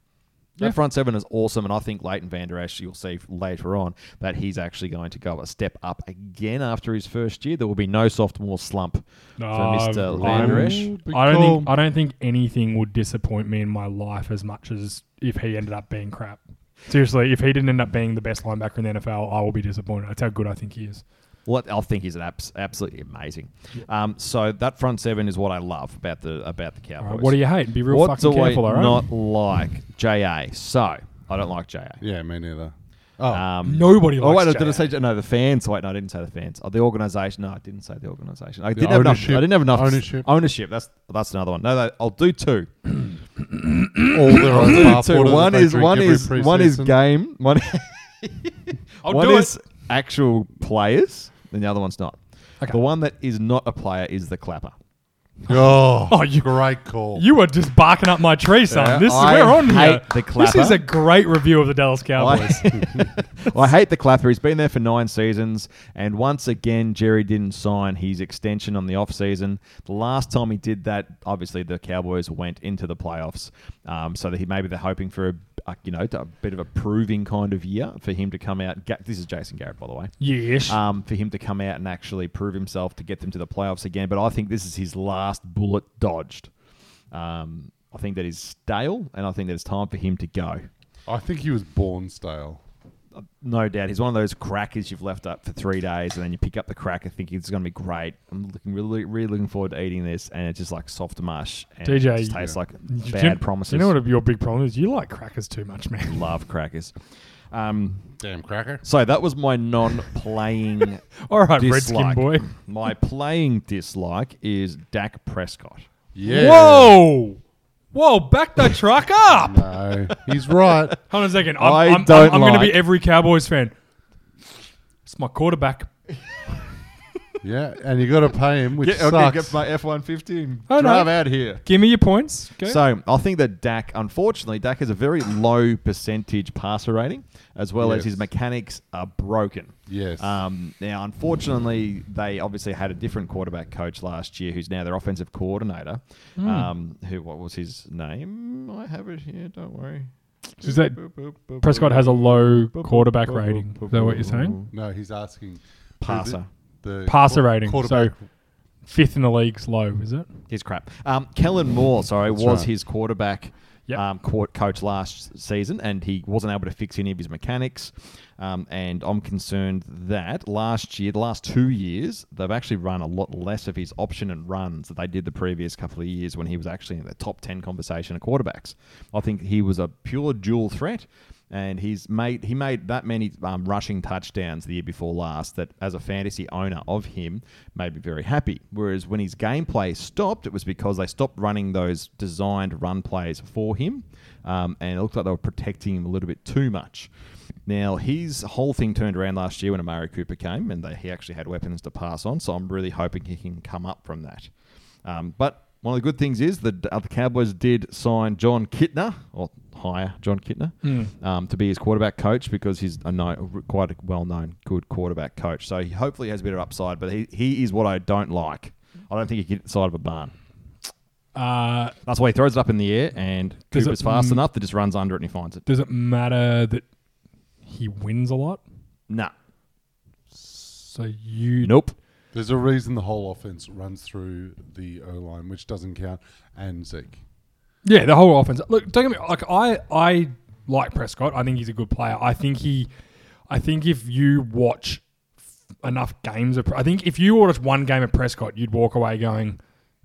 Speaker 12: Yeah.
Speaker 10: That front seven is awesome. And I think Leighton Vander Ash, you'll see later on, that he's actually going to go a step up again after his first year. There will be no sophomore slump for Mr.
Speaker 12: Um,
Speaker 10: Vander
Speaker 12: I'm-
Speaker 10: Ash.
Speaker 12: I don't
Speaker 11: call.
Speaker 12: think I don't think anything would disappoint me in my life as much as if he ended up being crap. Seriously, if he didn't end up being the best linebacker in the NFL, I will be disappointed. That's how good I think he is.
Speaker 10: Well, I think he's an abs- absolutely amazing. Um, so that front seven is what I love about the about the Cowboys.
Speaker 12: what do you hate? Be real
Speaker 10: What
Speaker 12: fucking
Speaker 10: do I
Speaker 12: careful, all right?
Speaker 10: Not like JA. So I don't like JA.
Speaker 11: Yeah, me neither. Oh.
Speaker 10: Um,
Speaker 12: Nobody
Speaker 10: Oh wait,
Speaker 12: likes
Speaker 10: did I
Speaker 12: JA.
Speaker 10: say no? The fans. Wait, no, I didn't say the fans. Oh, the organisation. No, I didn't say the organisation. I
Speaker 11: The
Speaker 10: didn't have enough. I
Speaker 11: ownership-
Speaker 10: didn't have enough
Speaker 11: ownership.
Speaker 10: Ownership. That's that's another one. No, no I'll do two.
Speaker 11: All their
Speaker 10: I'll
Speaker 11: own
Speaker 10: do
Speaker 11: bathwater
Speaker 10: two.
Speaker 11: that
Speaker 10: One
Speaker 11: they
Speaker 10: is
Speaker 11: drink
Speaker 10: one
Speaker 11: every
Speaker 10: is one is
Speaker 11: preseason.
Speaker 10: game. One.
Speaker 12: I'll
Speaker 10: one
Speaker 12: do it.
Speaker 10: is actual players, and the other one's not.
Speaker 12: Okay.
Speaker 10: The one that is not a player is the clapper.
Speaker 11: Oh,
Speaker 12: Oh, you-
Speaker 11: great call.
Speaker 12: You are just barking up my tree, son.
Speaker 10: Yeah,
Speaker 12: this
Speaker 10: I
Speaker 12: we're on
Speaker 10: hate the
Speaker 12: here. this is
Speaker 10: clapper.
Speaker 12: a great review of the Dallas Cowboys. [laughs]
Speaker 10: I hate the clapper. He's been there for nine seasons, and once again, Jerry didn't sign his extension on the offseason. The last time he did that, obviously the Cowboys went into the playoffs, um, so that he maybe they're hoping for a, a you know a bit of a proving kind of year for him to come out. Ga- This is Jason Garrett, by the way.
Speaker 12: Yes.
Speaker 10: Um, for him to come out and actually prove himself to get them to the playoffs again, but I think this is his last bullet dodged. Um, I think that is stale, and I think that it's time for him to go.
Speaker 11: I think he was born stale.
Speaker 10: No doubt. He's one of those [laughs] crackers you've left up for three days and then you pick up the cracker thinking it's going to be great. I'm looking really, really looking forward to eating this. And it's just like soft mush. And
Speaker 12: DJ,
Speaker 10: it just tastes like
Speaker 12: You- do
Speaker 10: bad
Speaker 12: you-
Speaker 10: promises.
Speaker 12: You know what your big problem is? You like crackers too much, man.
Speaker 10: Love crackers. Um,
Speaker 11: Damn cracker.
Speaker 10: so that was my non playing.
Speaker 12: [laughs] All right,
Speaker 10: dislike.
Speaker 12: Redskin boy.
Speaker 10: My playing dislike is Dak Prescott.
Speaker 11: Yeah.
Speaker 12: Whoa. Whoa, back the truck up.
Speaker 11: No, he's right.
Speaker 12: Hold on a second. I'm,
Speaker 10: I
Speaker 12: I'm,
Speaker 10: don't
Speaker 12: I'm, I'm going to be
Speaker 10: like-
Speaker 12: every Cowboys fan. It's my quarterback.
Speaker 11: yeah, and you got to pay him, which
Speaker 10: Get- I'll
Speaker 11: sucks.
Speaker 10: get- get my F one fifty and
Speaker 12: Oh, no.
Speaker 10: drive out here.
Speaker 12: Give me your points. Go.
Speaker 10: So I think that Dak, unfortunately, Dak has a very low percentage passer rating, as well as
Speaker 11: Yes.
Speaker 10: his mechanics are broken.
Speaker 11: Yes.
Speaker 10: Um, now, unfortunately, they obviously had a different quarterback coach last year, who's now their offensive coordinator. Um, who? What was his name? I have it here. Don't worry.
Speaker 12: Is that Prescott has a low quarterback rating? Is that what you're saying?
Speaker 11: No, he's asking who the-
Speaker 10: Passer.
Speaker 11: The,
Speaker 12: Passer
Speaker 11: qu-
Speaker 12: rating. So
Speaker 11: quarterback.
Speaker 12: fifth in the league's low, is it?
Speaker 10: He's crap. Um, Kellen Moore, sorry, was
Speaker 11: right.
Speaker 10: his quarterback
Speaker 12: Yep.
Speaker 10: um, court coach last season, and he wasn't able to fix any of his mechanics. Um, and I'm concerned that last year, the last two years, they've actually run a lot less of his option and runs that they did the previous couple of years when he was actually in the top 10 conversation of quarterbacks. I think he was a pure dual threat. And he's made he made that many um, rushing touchdowns the year before last that, as a fantasy owner of him, made me very happy. Whereas when his gameplay stopped, it was because they stopped running those designed run plays for him, um, and it looked like they were protecting him a little bit too much. Now his whole thing turned around last year when Amari Cooper came, and they, he actually had weapons to pass on. So I'm really hoping he can come up from that. Um, but one of the good things is the, uh, the Cowboys did sign John Kitna, or hire John Kitna,
Speaker 12: Hmm.
Speaker 10: um, to be his quarterback coach because he's a known, quite a well-known good quarterback coach. So he hopefully has a bit of upside, but he, he is what I don't like. I don't think he can get inside of a barn.
Speaker 12: Uh,
Speaker 10: That's why he throws it up in the air, and
Speaker 12: Does it-
Speaker 10: Cooper's fast
Speaker 12: mm.
Speaker 10: enough that just runs under it and he finds it.
Speaker 12: does it matter that he wins a lot?
Speaker 10: Nah.
Speaker 12: So you
Speaker 10: Nope.
Speaker 11: There's a reason the whole offense runs through the O line, which doesn't count, and Zeke.
Speaker 12: Yeah, the whole offense. Look, don't get me like I I like Prescott. I think he's a good player. I think he I think if you watch enough games of I think if you watched one game of Prescott, you'd walk away going,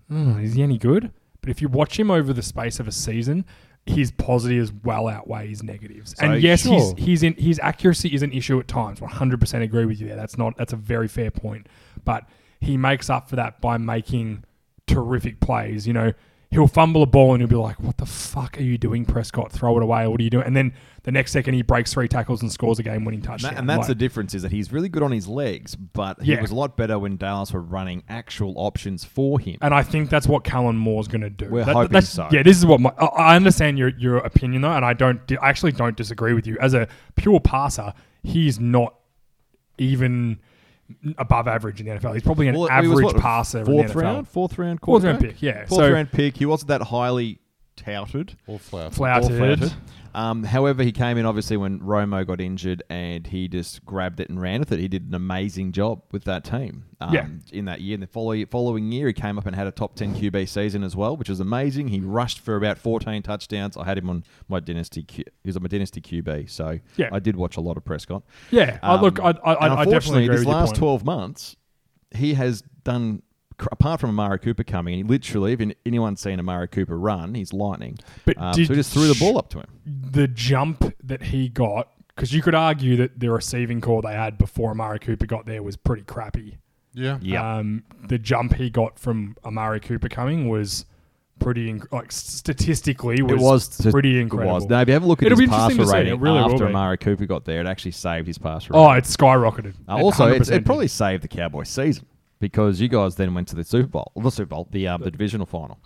Speaker 12: "Hmm, is he any good?" But if you watch him over the space of a season, his positives well outweigh his negatives.
Speaker 10: So,
Speaker 12: and yes,
Speaker 10: sure.
Speaker 12: his his in, his accuracy is an issue at times. 100% agree with you there. That's not that's a very fair point. But he makes up for that by making terrific plays. You know, he'll fumble a ball and he'll be like, "What the fuck are you doing, Prescott? Throw it away. What are you doing?" And then the next second he breaks three tackles and scores a game-winning
Speaker 10: Tha-
Speaker 12: touchdown.
Speaker 10: and that's
Speaker 12: Like-
Speaker 10: the difference is that he's really good on his legs, but he
Speaker 12: Yeah.
Speaker 10: was a lot better when Dallas were running actual options for him.
Speaker 12: And I think that's what Callan Moore's going to do.
Speaker 10: We're
Speaker 12: That-
Speaker 10: hoping
Speaker 12: that's-
Speaker 10: so.
Speaker 12: Yeah, this is what my, I- I understand your your opinion though, and I don't di- I actually don't disagree with you. As a pure passer, he's not even above average in the NFL. He's probably an
Speaker 10: Well, he
Speaker 12: average
Speaker 10: was what,
Speaker 12: passer
Speaker 10: Fourth
Speaker 12: in the NFL.
Speaker 10: round, fourth round,
Speaker 12: Fourth round
Speaker 10: quarterback?
Speaker 12: pick, yeah.
Speaker 10: Fourth
Speaker 12: So-
Speaker 10: round pick. He wasn't that highly touted.
Speaker 11: Or
Speaker 10: or
Speaker 11: Flout.
Speaker 12: Flouted.
Speaker 10: flouted. Um, however, he came in obviously when Romo got injured, and he just grabbed it and ran with it. He did an amazing job with that team. Um,
Speaker 12: Yeah.
Speaker 10: In that year, and the follow- following year, he came up and had a top ten QB season as well, which was amazing. He rushed for about fourteen touchdowns. I had him on my dynasty. Q- he was on my dynasty QB, so
Speaker 12: Yeah.
Speaker 10: I did watch a lot of Prescott.
Speaker 12: Yeah, I- look, I- I-
Speaker 10: Um, and
Speaker 12: I- I definitely
Speaker 10: unfortunately,
Speaker 12: agree
Speaker 10: this
Speaker 12: with your
Speaker 10: last
Speaker 12: point.
Speaker 10: 12 months, he has done, cr- apart from Amari Cooper coming in, literally, if an- anyone's seen Amari Cooper run, he's lightning.
Speaker 12: But
Speaker 10: Um,
Speaker 12: did-
Speaker 10: so he just threw the ball up to him.
Speaker 12: the jump that he got, because you could argue that the receiving call they had before Amari Cooper got there was pretty crappy.
Speaker 11: Yeah.
Speaker 10: Uh,
Speaker 12: Um, the jump he got from Amari Cooper coming was pretty inc- like statistically was,
Speaker 10: it was
Speaker 12: pretty
Speaker 10: it
Speaker 12: incredible.
Speaker 10: was. Now, if you have a look at
Speaker 12: It'll be
Speaker 10: his
Speaker 12: interesting
Speaker 10: passer
Speaker 12: to see.
Speaker 10: rating
Speaker 12: It really will
Speaker 10: after
Speaker 12: be.
Speaker 10: Amari Cooper got there, it actually saved his passer rating.
Speaker 12: Oh, it's skyrocketed.
Speaker 10: Uh,
Speaker 12: It
Speaker 10: also, it's,
Speaker 12: 100%
Speaker 10: it
Speaker 12: did.
Speaker 10: probably saved the Cowboys season because you guys then went to the Super Bowl, the Super Bowl, the, um, the divisional final.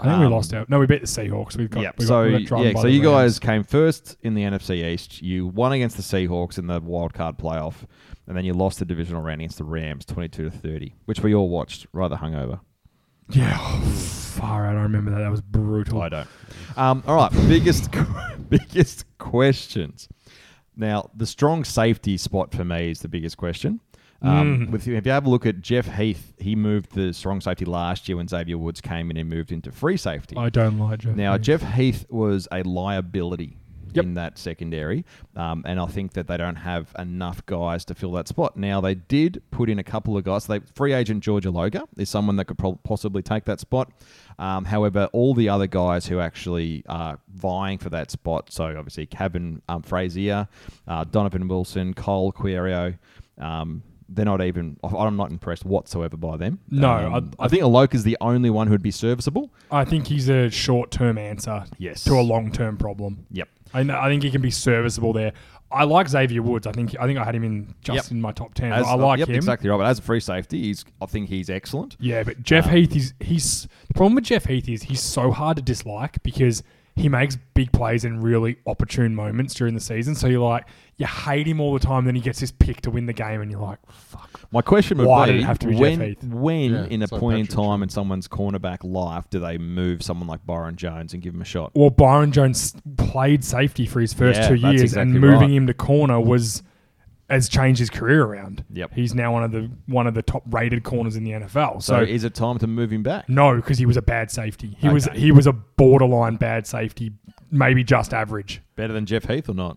Speaker 12: I think we
Speaker 10: um,
Speaker 12: lost out. No, we beat the Seahawks. We've got.
Speaker 10: Yeah.
Speaker 12: We got,
Speaker 10: So
Speaker 12: we got driven
Speaker 10: yeah.
Speaker 12: by
Speaker 10: So
Speaker 12: the
Speaker 10: you guys
Speaker 12: Rams.
Speaker 10: came first in the NFC East. You won against the Seahawks in the wild card playoff, and then you lost the divisional round against the Rams, twenty-two to thirty, which we all watched rather hungover.
Speaker 12: Yeah. Oh, far out. I remember that. That was brutal.
Speaker 10: I don't. Um, all right. Biggest [laughs] biggest questions. Now the strong safety spot for me is the biggest question. Um,
Speaker 12: Mm.
Speaker 10: with, if you have a look at Jeff Heath, he moved the strong safety last year when Xavier Woods came in and moved into free safety.
Speaker 12: I don't like Jeff.
Speaker 10: Now,
Speaker 12: Heath.
Speaker 10: Jeff Heath was a liability
Speaker 12: Yep.
Speaker 10: in that secondary, um, and I think that they don't have enough guys to fill that spot. Now, they did put in a couple of guys. They free agent Georgia Loga is someone that could prob possibly take that spot. Um, however, all the other guys who actually are vying for that spot, so obviously Kevin um, Frazier, uh, Donovan Wilson, Cole Quirio. Um, they're not even. I'm not impressed whatsoever by them.
Speaker 12: No,
Speaker 10: Um,
Speaker 12: I-
Speaker 10: I, think Aloka is the only one who'd be serviceable.
Speaker 12: I think he's a short-term answer
Speaker 10: Yes.
Speaker 12: to a long-term problem.
Speaker 10: Yep.
Speaker 12: I, kn- I think he can be serviceable there. I like Xavier Woods. I think I think I had him in just
Speaker 10: Yep.
Speaker 12: in my top ten.
Speaker 10: As-
Speaker 12: I like
Speaker 10: yep,
Speaker 12: him.
Speaker 10: Exactly right. But as a free safety, he's I think he's excellent.
Speaker 12: Yeah, but Jeff
Speaker 10: Um,
Speaker 12: Heath is he's the problem with Jeff Heath is he's so hard to dislike because he makes big plays in really opportune moments during the season. So you're like you hate him all the time. Then he gets this pick to win the game, and you're like,
Speaker 10: My question would
Speaker 12: Why
Speaker 10: be,
Speaker 12: did it have to be Jeff
Speaker 10: when,
Speaker 12: Heath?
Speaker 10: when
Speaker 12: Yeah,
Speaker 10: in a
Speaker 12: it's like
Speaker 10: point in time in someone's cornerback life do they move someone like Byron Jones and give him a shot?
Speaker 12: well, Byron Jones played safety for his first
Speaker 10: Yeah,
Speaker 12: two
Speaker 10: that's
Speaker 12: years,
Speaker 10: exactly
Speaker 12: and moving
Speaker 10: right.
Speaker 12: him to corner was has changed his career around.
Speaker 10: Yep.
Speaker 12: he's now one of the one of the top rated corners in the NFL.
Speaker 10: So,
Speaker 12: So,
Speaker 10: is it time to move him back?
Speaker 12: no, because he was a bad safety. He was
Speaker 10: Okay.
Speaker 12: he was a borderline bad safety, maybe just average.
Speaker 10: Better than Jeff Heath or not?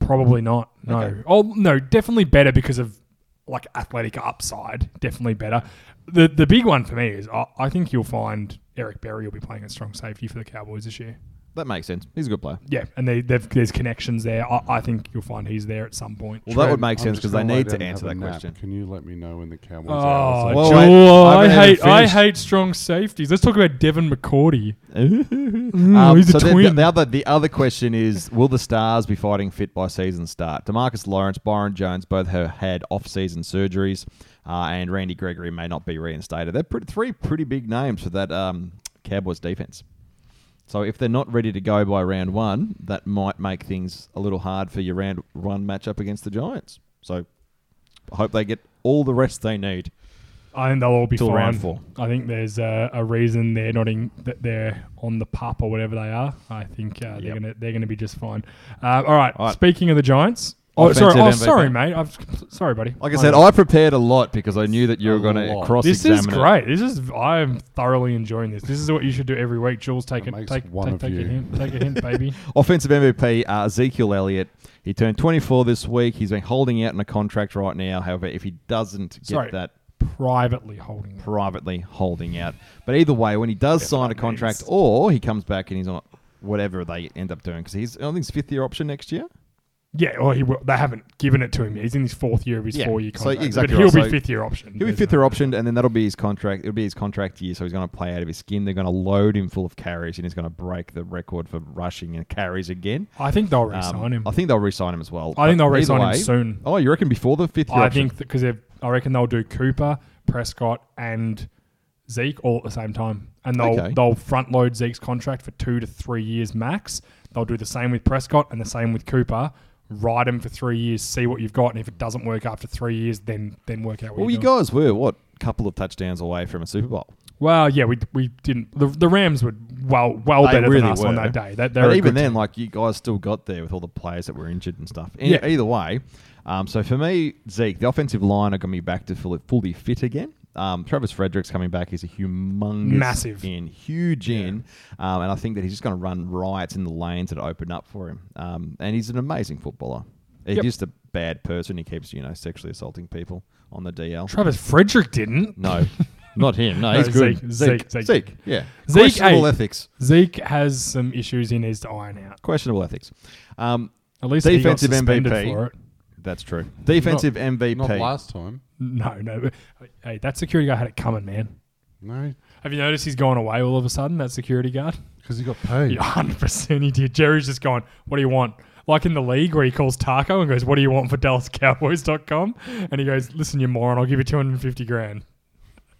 Speaker 12: Probably not. No.
Speaker 10: Okay.
Speaker 12: Oh no, definitely better because of like athletic upside. Definitely better. The the big one for me is I, I think you'll find Eric Berry will be playing at strong safety for the Cowboys this year.
Speaker 10: That makes sense. He's a good player.
Speaker 12: Yeah, and they, they've, there's connections there. I, I think you'll find he's there at some point.
Speaker 10: Well, that would
Speaker 11: Trent,
Speaker 10: make
Speaker 11: I'm
Speaker 10: sense
Speaker 11: just
Speaker 10: because they
Speaker 11: gonna lay
Speaker 10: need
Speaker 11: down
Speaker 10: to
Speaker 11: and
Speaker 10: answer that
Speaker 11: have a nap.
Speaker 10: question.
Speaker 11: Can you let me know when the Cowboys are?
Speaker 12: Oh,
Speaker 11: So-
Speaker 12: Joel, I, hate I hate strong safeties. Let's talk about Devin McCourty. Mm,
Speaker 10: Um,
Speaker 12: he's a
Speaker 10: so then The,
Speaker 12: twin.
Speaker 10: the other the other question is: Will the stars be fighting fit by season start? Demarcus Lawrence, Byron Jones, both have had off-season surgeries, uh, and Randy Gregory may not be reinstated. They're pretty, three pretty big names for that um, Cowboys defense. So if they're not ready to go by round one, that might make things a little hard for your round one matchup against the Giants. So I hope they get all the rest they need.
Speaker 12: I think they'll all be
Speaker 10: Till
Speaker 12: fine.
Speaker 10: round four.
Speaker 12: I think there's a, a reason they're not in that they're on the pup or whatever they are. I think uh,
Speaker 10: Yep.
Speaker 12: they're gonna they're gonna be just fine. Uh, all, right,
Speaker 10: All right.
Speaker 12: Speaking of the Giants, oh
Speaker 10: Offensive
Speaker 12: sorry, oh
Speaker 10: MVP.
Speaker 12: sorry, mate. I've sorry, buddy.
Speaker 10: Like I said,
Speaker 12: know.
Speaker 10: I prepared a lot because I knew that you were going to
Speaker 12: lot.
Speaker 10: cross-examine.
Speaker 12: This is
Speaker 10: it.
Speaker 12: great. This is I am thoroughly enjoying this. This is what you should do every week. Jules, take it,
Speaker 11: makes
Speaker 12: take
Speaker 11: one
Speaker 12: take,
Speaker 11: of
Speaker 12: take a
Speaker 11: you.
Speaker 12: hint, take
Speaker 11: [laughs]
Speaker 12: a hint, baby.
Speaker 10: Offensive MVP uh, Ezekiel Elliott. He turned 24 this week. He's been holding out on a contract right now. However, if he doesn't get
Speaker 12: Sorry.
Speaker 10: that
Speaker 12: Privately holding.
Speaker 10: privately holding out, but either way, when he does sign a contract
Speaker 12: means-
Speaker 10: or he comes back and he's on whatever they end up doing, because he's I think it's fifth year option next year.
Speaker 12: Yeah, well, he will, they haven't given it to him. yet. He's in his fourth year of his
Speaker 10: Yeah,
Speaker 12: four year
Speaker 10: so
Speaker 12: contract.
Speaker 10: exactly
Speaker 12: but he'll
Speaker 10: right.
Speaker 12: be
Speaker 10: So
Speaker 12: fifth year option.
Speaker 10: He'll be
Speaker 12: There's
Speaker 10: fifth
Speaker 12: no-
Speaker 10: year option, and then that'll be his contract. It'll be his contract year, so he's going to play out of his skin. They're going to load him full of carries, and he's going to break the record for rushing and carries again.
Speaker 12: I think they'll
Speaker 10: Um,
Speaker 12: re-sign him.
Speaker 10: I think they'll re-sign him as well.
Speaker 12: I think
Speaker 10: But
Speaker 12: they'll
Speaker 10: either
Speaker 12: re-sign him
Speaker 10: way-
Speaker 12: soon.
Speaker 10: Oh, you reckon before the fifth year?
Speaker 12: I
Speaker 10: option?
Speaker 12: think because I reckon they'll do Cooper, Prescott, and Zeke all at the same time, and they'll
Speaker 10: Okay.
Speaker 12: they'll front load Zeke's contract for two to three years max. They'll do the same with Prescott and the same with Cooper. Ride him for three years, see what you've got, and if it doesn't work after three years, then then work out. What
Speaker 10: Well, you
Speaker 12: you're doing.
Speaker 10: guys were what couple of touchdowns away from a Super Bowl.
Speaker 12: Well, yeah, we, we didn't. The, the Rams were well well
Speaker 10: They
Speaker 12: better
Speaker 10: really
Speaker 12: than us
Speaker 10: were.
Speaker 12: on that day. That they're
Speaker 10: but
Speaker 12: a
Speaker 10: even
Speaker 12: good
Speaker 10: then,
Speaker 12: team.
Speaker 10: like you guys still got there with all the players that were injured and stuff. E-
Speaker 12: Yeah.
Speaker 10: Either way, um, so for me, Zeke, the offensive line are going to be back to fully, fully fit again. Um, Travis Frederick's coming back. He's a humongous
Speaker 12: Massive.
Speaker 10: in, huge in, um, and I think that he's just going to run riots in the lanes that are opened up for him. Um, and he's an amazing footballer. He's
Speaker 12: Yep.
Speaker 10: just a bad person. He keeps you know sexually assaulting people on the DL.
Speaker 12: Travis Frederick didn't.
Speaker 10: No, [laughs] not him. No,
Speaker 12: No,
Speaker 10: he's good.
Speaker 12: Zeke, Zeke, Zeke.
Speaker 10: Yeah.
Speaker 12: Zeke,
Speaker 10: Questionable
Speaker 12: hey.
Speaker 10: ethics.
Speaker 12: Zeke has some issues he needs to iron out.
Speaker 10: Questionable ethics. Um,
Speaker 12: At least he got
Speaker 10: defensive
Speaker 12: suspended
Speaker 10: MVP.
Speaker 12: for it.
Speaker 10: That's true. Defensive
Speaker 11: Not-
Speaker 10: MVP.
Speaker 11: Not last time.
Speaker 12: [laughs] No, no. but- Hey, that security guy had it coming, man.
Speaker 11: No,
Speaker 12: Have you noticed he's gone away all of a sudden, that security guard? [laughs]
Speaker 11: because he got paid.
Speaker 12: Yeah, 100% he did. Jerry's just gone, what do you want? Like in the league where he calls Taco and goes, what do you want for DallasCowboys.com? And he goes, listen, you moron, I'll give you 250 grand. [laughs]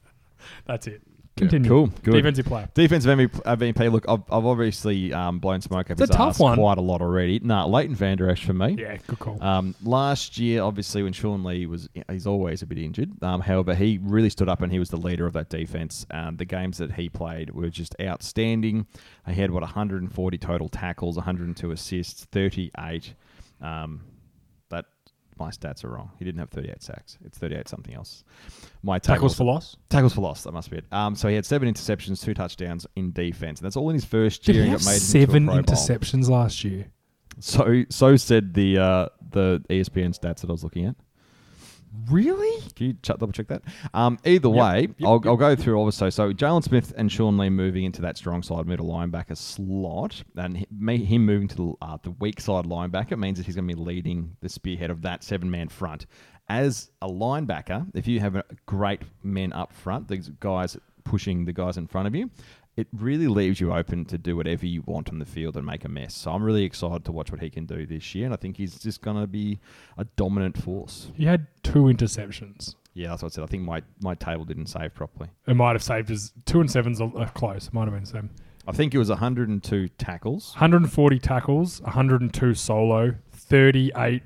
Speaker 12: That's it. Continue.
Speaker 10: Cool. Good.
Speaker 12: Defensive player.
Speaker 10: Defensive MVP. MVP, Look, I've, I've obviously um, blown smoke up
Speaker 12: It's
Speaker 10: his
Speaker 12: a tough
Speaker 10: arse
Speaker 12: one.
Speaker 10: quite a lot already. Nah, Leighton Vander Esch for me.
Speaker 12: Yeah, good call.
Speaker 10: Um, last year, obviously, when Sean Lee was, he's always a bit injured. Um, however, he really stood up and he was the leader of that defense. Um, the games that he played were just outstanding. He had what 140 total tackles, 102 assists, 38. Um, that my stats are wrong. He didn't have 38 sacks. It's 38 something else. My
Speaker 12: Tackles
Speaker 10: tackles,
Speaker 12: for loss.
Speaker 10: Tackles for loss, that must be it. Um, so he had seven interceptions, two touchdowns in defense. And that's all in his first
Speaker 12: Did
Speaker 10: year.
Speaker 12: he
Speaker 10: and
Speaker 12: have
Speaker 10: got made
Speaker 12: seven
Speaker 10: into a Pro Bowl.
Speaker 12: interceptions last year?
Speaker 10: So so said the uh, the ESPN stats that I was looking at.
Speaker 12: Really?
Speaker 10: Can you ch- double check that? Um, either way, I'll, I'll go through also. So Jalen Smith and Sean Lee moving into that strong side middle linebacker slot, and hi- me, him moving to the, uh, the weak side linebacker means that he's going to be leading the spearhead of that seven man front. As a linebacker, if you have a great men up front, these guys pushing the guys in front of you, it really leaves you open to do whatever you want on the field and make a mess. So I'm really excited to watch what he can do this year, and I think he's just going to be a dominant force.
Speaker 12: He had two interceptions.
Speaker 10: Yeah, that's what I said. I think my, my table didn't save properly.
Speaker 12: It might have saved his two and sevens are are close. It might have been seven.
Speaker 10: I think it was 102 tackles.
Speaker 12: 140 tackles, 102 solo, 38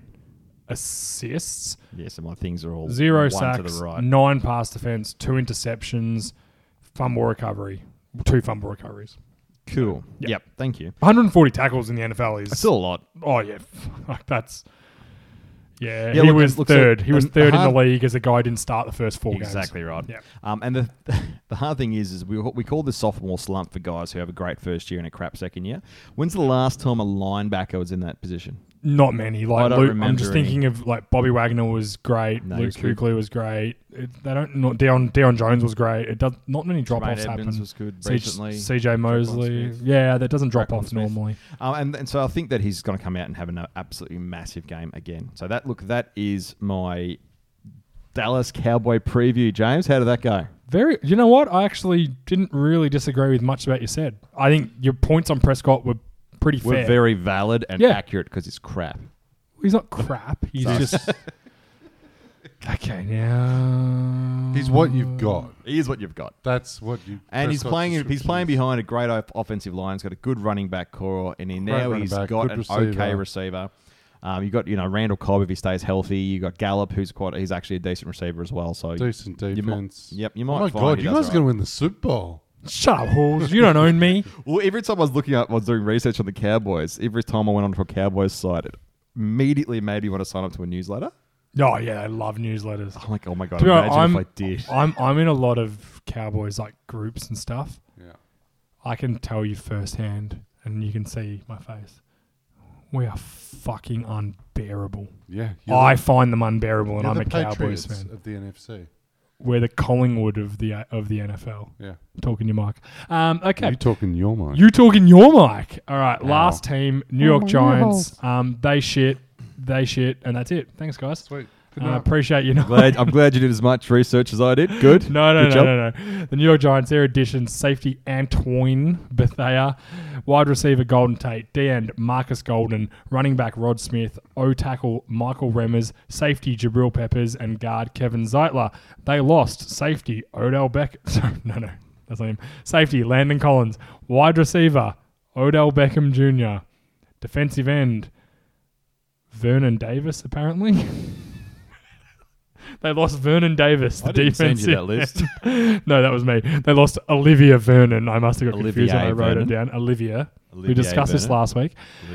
Speaker 12: assists,
Speaker 10: Yeah, so my things are all
Speaker 12: zero
Speaker 10: one
Speaker 12: sacks,
Speaker 10: to the right.
Speaker 12: nine pass defense, two interceptions, fumble recovery, two fumble recoveries.
Speaker 10: Cool. Yep. Thank you.
Speaker 12: 140 tackles in the NFL is
Speaker 10: That's still a lot.
Speaker 12: Oh yeah, [laughs] fuck, that's yeah.
Speaker 10: Yeah,
Speaker 12: he
Speaker 10: look,
Speaker 12: was
Speaker 10: it looks
Speaker 12: third.
Speaker 10: like
Speaker 12: he was
Speaker 10: a- a
Speaker 12: third in
Speaker 10: hard-
Speaker 12: the league as a guy who didn't start the first four games.
Speaker 10: Exactly right.
Speaker 12: Yeah.
Speaker 10: Um, and the [laughs] the hard thing is, is we we call this sophomore slump for guys who have a great first year and a crap second year. When's the last time a linebacker was in that position?
Speaker 12: Not many. Like
Speaker 10: I don't
Speaker 12: Luke, I'm
Speaker 10: remember
Speaker 12: just
Speaker 10: any.
Speaker 12: thinking of like Bobby Wagner was great.
Speaker 10: No,
Speaker 12: Luke
Speaker 10: he was good.
Speaker 12: Kuechly was great. It- they don't. Not Deion, Deion Jones was great. It does not many drop offs
Speaker 10: Tremaine
Speaker 12: happen.
Speaker 10: Edmonds was good
Speaker 12: C-
Speaker 10: recently.
Speaker 12: CJ
Speaker 10: Traquan
Speaker 12: Mosley.
Speaker 10: Smith.
Speaker 12: Yeah, that doesn't drop
Speaker 10: Traquan
Speaker 12: off
Speaker 10: Smith.
Speaker 12: normally.
Speaker 10: Um, and, and so I think that he's going to come out and have an uh, absolutely massive game again. So that look, that is my Dallas Cowboy preview. James, how did that go?
Speaker 12: Very. You know what? I actually didn't really disagree with much about you said. I think your points on Prescott were pretty
Speaker 10: We're
Speaker 12: fair.
Speaker 10: very valid and
Speaker 12: Yeah.
Speaker 10: accurate because it's crap.
Speaker 12: He's not crap. He's
Speaker 10: Sorry. [laughs]
Speaker 12: just. okay, now.
Speaker 11: He's what you've got.
Speaker 10: He is what you've got.
Speaker 11: That's what you.
Speaker 10: And he's
Speaker 11: Prescott's
Speaker 10: playing. He's
Speaker 11: description
Speaker 10: playing
Speaker 11: is.
Speaker 10: behind a great op- offensive line. He's got a good running back core, and he now
Speaker 11: running
Speaker 10: he's
Speaker 11: back,
Speaker 10: got
Speaker 11: good
Speaker 10: an okay
Speaker 11: receiver.
Speaker 10: receiver. Um, you got you know Randall Cobb if he stays healthy. You got Gallup, who's quite. He's actually a decent receiver as well. So
Speaker 11: Decent
Speaker 10: You mi-
Speaker 11: defense.
Speaker 10: yep, you
Speaker 11: Oh
Speaker 10: might.
Speaker 11: my
Speaker 10: find
Speaker 11: god,
Speaker 10: he
Speaker 11: you
Speaker 10: does
Speaker 11: guys are
Speaker 10: all
Speaker 11: going to win the Super Bowl.
Speaker 12: Shut up, Halls. You don't
Speaker 10: [laughs]
Speaker 12: own me.
Speaker 10: Well, every time I was looking up, I was doing research on the Cowboys. Every time I went onto a Cowboys site, it immediately made me want to sign up to a newsletter.
Speaker 12: Oh, yeah, I
Speaker 10: [sighs]
Speaker 12: love newsletters.
Speaker 10: I'm like, oh my god,
Speaker 12: To be honest,
Speaker 10: imagine
Speaker 12: I'm,
Speaker 10: if I did. [laughs]
Speaker 12: I'm, I'm in a lot of Cowboys like groups and stuff.
Speaker 11: Yeah.
Speaker 12: I can tell you firsthand, and you can see my face. We are fucking unbearable.
Speaker 11: Yeah,
Speaker 12: I
Speaker 11: the-
Speaker 12: find them unbearable, and
Speaker 11: you're
Speaker 12: I'm
Speaker 11: the
Speaker 12: a Cowboys
Speaker 11: Patriots
Speaker 12: fan.
Speaker 11: of the NFC.
Speaker 12: We're the Collingwood of the of the NFL.
Speaker 11: Yeah,
Speaker 12: Talking your mic. Um, okay.
Speaker 11: you talking your mind?
Speaker 12: You talking your mic? All right, last team, New York Giants. Um, they shit, they shit, and that's it. Thanks, guys.
Speaker 11: Sweet. Good
Speaker 12: I
Speaker 10: Uh,
Speaker 11: night.
Speaker 12: appreciate you. Not.
Speaker 10: glad, I'm glad you did as much research as I did. Good.
Speaker 12: No, no,
Speaker 10: Good
Speaker 12: no,
Speaker 10: job.
Speaker 12: no, no. The New York Giants, their additions, safety Antoine Bethea, wide receiver Golden Tate, D end Marcus Golden, running back Rod Smith, O tackle Michael Remmers, safety Jabril Peppers, and guard Kevin Zeitler. They lost safety Odell Beckham. [laughs] Sorry, no, no, that's not him. Safety Landon Collins, wide receiver Odell Beckham Jr., defensive end Vernon Davis, apparently. [laughs] They lost Vernon Davis, the
Speaker 10: I didn't send
Speaker 12: defensive.
Speaker 10: you that list.
Speaker 12: end. [laughs] no, that was me. They lost Olivia Vernon. I must have got confused when I
Speaker 10: Olivier
Speaker 12: wrote it
Speaker 10: Vernon.
Speaker 12: down. Olivia. we
Speaker 10: Olivier
Speaker 12: discussed this
Speaker 10: Vernon.
Speaker 12: last week.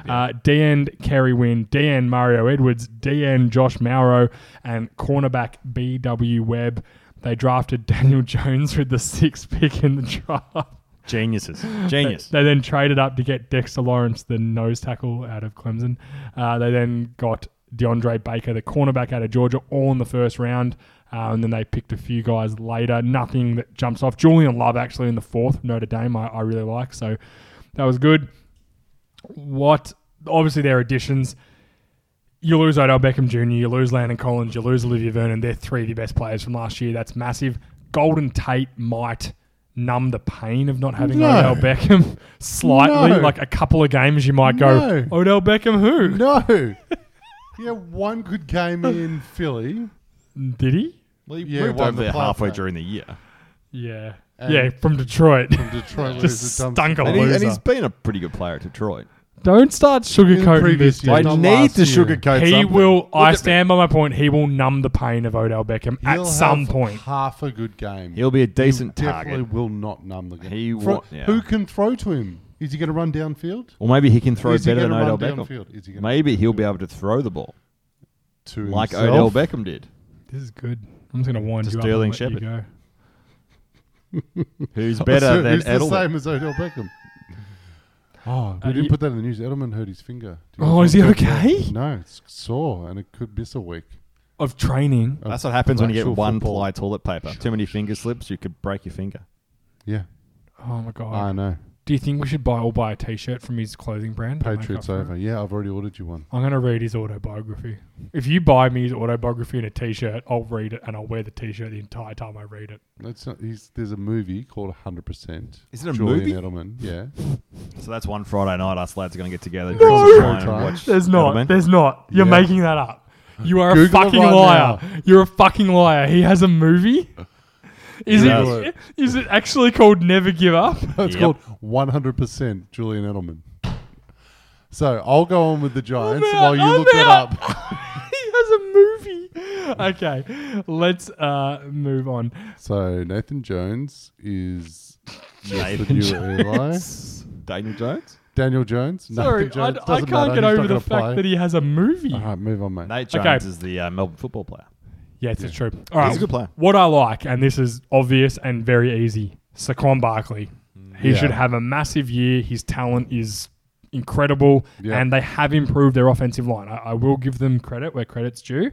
Speaker 12: Uh, DN Kerry Wynn, DN Mario Edwards, DN Josh Mauro, and cornerback B.W. Webb. They drafted Daniel [laughs] Jones with the sixth pick in the draft.
Speaker 10: Geniuses. Genius.
Speaker 12: They then traded up to get Dexter Lawrence, the nose tackle out of Clemson. Uh, they then got DeAndre Baker, the cornerback out of Georgia, all in the first round. Uh, and then they picked a few guys later. Nothing that jumps off. Julian Love actually in the fourth, Notre Dame, I, I really like. So that was good. What, obviously, their additions. You lose Odell Beckham Jr., you lose Landon Collins, you lose Olivia Vernon. They're three of your best players from last year. That's massive. Golden Tate might numb the pain of not having
Speaker 11: No.
Speaker 12: Odell Beckham [laughs] slightly.
Speaker 11: No.
Speaker 12: Like a couple of games, you might go,
Speaker 11: No.
Speaker 12: Odell Beckham
Speaker 10: [laughs]
Speaker 12: who?
Speaker 11: [laughs] no. yeah, one good game in Philly.
Speaker 12: Did he?
Speaker 10: Well, you
Speaker 11: Yeah,
Speaker 10: moved
Speaker 11: won
Speaker 10: over
Speaker 11: the
Speaker 10: there halfway
Speaker 11: playoff.
Speaker 10: during the year.
Speaker 12: Yeah.
Speaker 11: And-
Speaker 12: yeah, from Detroit.
Speaker 11: Detroit
Speaker 12: Just
Speaker 11: lose a dumb-
Speaker 12: stunk a
Speaker 10: And, he,
Speaker 12: loser.
Speaker 10: and he's been a pretty good player at Detroit.
Speaker 12: Don't start sugarcoating
Speaker 11: previous
Speaker 12: this.
Speaker 11: years.
Speaker 12: dude.
Speaker 10: I
Speaker 11: not
Speaker 10: need
Speaker 11: last
Speaker 10: to
Speaker 11: year.
Speaker 10: sugarcoat
Speaker 12: He
Speaker 10: something.
Speaker 12: will, I stand by my point, he will numb the pain of Odell Beckham
Speaker 11: He'll
Speaker 12: at some
Speaker 11: have
Speaker 12: point.
Speaker 11: half a good game.
Speaker 10: He'll be a decent
Speaker 11: definitely
Speaker 10: target.
Speaker 11: will not numb the game.
Speaker 10: He
Speaker 11: Fro-
Speaker 10: wa- yeah.
Speaker 11: Who can throw to him? Is he going to run downfield?
Speaker 10: Or maybe he can throw
Speaker 11: Is he
Speaker 10: better than
Speaker 11: gonna
Speaker 10: Odell
Speaker 11: run
Speaker 10: Beckham.
Speaker 11: downfield? Is he gonna
Speaker 10: maybe
Speaker 11: run
Speaker 10: he'll be able to throw the ball
Speaker 11: To
Speaker 10: like
Speaker 11: himself?
Speaker 10: Odell Beckham did.
Speaker 12: This is good. I'm just going to wind
Speaker 10: To
Speaker 12: you
Speaker 10: Sterling
Speaker 12: up and let you go.
Speaker 10: Who's better than
Speaker 11: Who's the
Speaker 10: Edelman?
Speaker 11: same as
Speaker 10: [laughs]
Speaker 11: Odell Beckham? Oh, we
Speaker 12: Uh,
Speaker 11: didn't
Speaker 12: you-
Speaker 11: put that in the news. Edelman hurt his finger. Do you
Speaker 12: Oh,
Speaker 11: guys
Speaker 12: is he
Speaker 11: know that?
Speaker 12: okay?
Speaker 11: No, it's sore and it could miss a week.
Speaker 12: Of training.
Speaker 10: That's what happens when you get
Speaker 11: Actual
Speaker 10: one
Speaker 11: football.
Speaker 10: ply toilet paper. Too many finger slips, you could break your finger.
Speaker 11: Yeah,
Speaker 12: Oh my god.
Speaker 11: I know.
Speaker 12: Do you think we should buy all buy a T-shirt from his clothing brand? to make
Speaker 11: Patriots
Speaker 12: up for it?
Speaker 11: over. Yeah, I've already ordered you one.
Speaker 12: I'm gonna read his autobiography. If you buy me his autobiography and a T-shirt, I'll read it and I'll wear the T-shirt the entire time I read it.
Speaker 11: That's not, he's, there's a movie called 100%.
Speaker 10: Is it a
Speaker 11: Julian
Speaker 10: movie? [laughs]
Speaker 11: Edelman, yeah. [laughs]
Speaker 10: So that's one Friday night. Us lads are going to get together.
Speaker 12: No.
Speaker 10: drink some wine and
Speaker 11: Showtime.
Speaker 10: watch
Speaker 12: There's not.
Speaker 10: Edelman.
Speaker 12: There's not. You're
Speaker 11: Yeah.
Speaker 12: making that up. [laughs] You are a
Speaker 11: Google it
Speaker 12: fucking
Speaker 11: right
Speaker 12: liar.
Speaker 11: now.
Speaker 12: You're a fucking liar. He has a [laughs] movie. Is
Speaker 11: Google
Speaker 12: it? Is it actually called Never Give Up? [laughs]
Speaker 11: No, it's
Speaker 10: Yep.
Speaker 11: called 100% Julian Edelman. So I'll go on with the Giants
Speaker 12: out,
Speaker 11: while you
Speaker 12: I'm
Speaker 11: look that
Speaker 12: out.
Speaker 11: up. [laughs]
Speaker 12: he [laughs] has a movie. Okay, let's uh, move on.
Speaker 11: So Nathan Jones is just the
Speaker 10: Nathan [laughs]
Speaker 11: new
Speaker 10: Jones.
Speaker 11: Eli.
Speaker 10: Daniel Jones.
Speaker 11: Daniel Jones.
Speaker 12: Sorry,
Speaker 11: Nathan
Speaker 12: I,
Speaker 11: Jones.
Speaker 12: I
Speaker 11: Doesn't
Speaker 12: can't
Speaker 11: matter.
Speaker 12: get
Speaker 11: He's
Speaker 12: over the
Speaker 11: not gonna
Speaker 12: fact
Speaker 11: play. Uh-huh.
Speaker 12: that he has a movie.
Speaker 11: All right, move on, mate.
Speaker 10: Nate Jones
Speaker 12: Okay.
Speaker 10: is the uh, Melbourne football player.
Speaker 12: Yeah, it's true. All right,
Speaker 10: a good player.
Speaker 12: What I like, and this is obvious and very easy, Saquon Barkley. He
Speaker 11: Yeah.
Speaker 12: should have a massive year. His talent is incredible,
Speaker 11: Yeah.
Speaker 12: and they have improved their offensive line. I, I will give them credit where credit's due.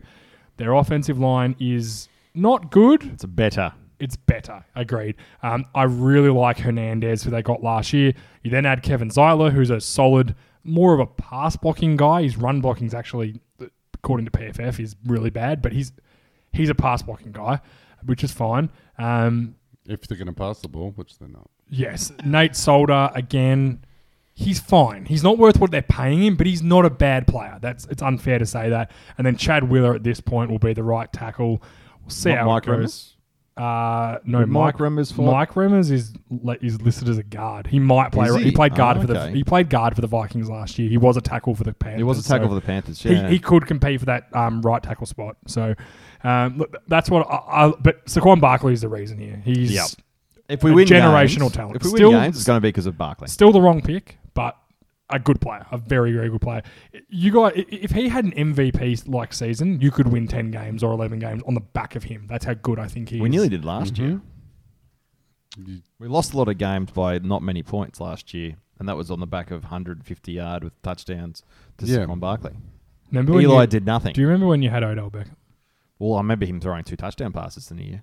Speaker 12: Their offensive line is not good.
Speaker 10: It's a better.
Speaker 12: It's better. Agreed. Um, I really like Hernandez, who they got last year. You then add Kevin Zeiler, who's a solid, more of a pass blocking guy. His run blocking is actually, according to PFF, is really bad, but he's he's a pass blocking guy, which is fine. Um,
Speaker 11: If they're going to pass the ball, which they're not.
Speaker 12: yes, Nate Solder again. He's fine. He's not worth what they're paying him, but he's not a bad player. That's it's unfair to say that. And then Chad Wheeler at this point will be the right tackle. We'll see
Speaker 10: Not
Speaker 12: how
Speaker 10: Mike
Speaker 12: it goes.
Speaker 10: Remmers?
Speaker 12: Uh, no,
Speaker 10: Would Mike
Speaker 12: Mike,
Speaker 10: Remmers fall?
Speaker 12: Mike Remmers is li- is listed as a guard. He might play.
Speaker 10: Is
Speaker 12: He?
Speaker 10: he?
Speaker 12: played guard
Speaker 10: Oh,
Speaker 12: for the
Speaker 10: okay.
Speaker 12: he played guard for the Vikings last year. He was a tackle for the Panthers.
Speaker 10: He was a tackle
Speaker 12: so
Speaker 10: for the Panthers.
Speaker 12: he-
Speaker 10: Yeah.
Speaker 12: He, could compete for that um, right tackle spot. So um, look, that's what I, I. But Saquon Barkley is the reason here. He's
Speaker 10: Yep. if we
Speaker 12: a
Speaker 10: win
Speaker 12: generational
Speaker 10: games-
Speaker 12: talent.
Speaker 10: If we
Speaker 12: Still-
Speaker 10: win games, it's going to be because of Barkley.
Speaker 12: still the wrong pick, but a good player, a very very good player. You got i- if he had an MVP like season, you could win ten games or eleven games on the back of him. That's how good I think he
Speaker 10: We
Speaker 12: is.
Speaker 10: nearly did last
Speaker 12: Mm-hmm.
Speaker 10: year. We lost a lot of games by not many points last year, and that was on the back of 150 yard with touchdowns to
Speaker 11: Yeah.
Speaker 10: Saquon Barkley.
Speaker 12: Remember when
Speaker 10: Eli
Speaker 12: you-
Speaker 10: did nothing.
Speaker 12: Do you remember when you had Odell Beckham?
Speaker 10: well, I remember him throwing two touchdown passes in a year.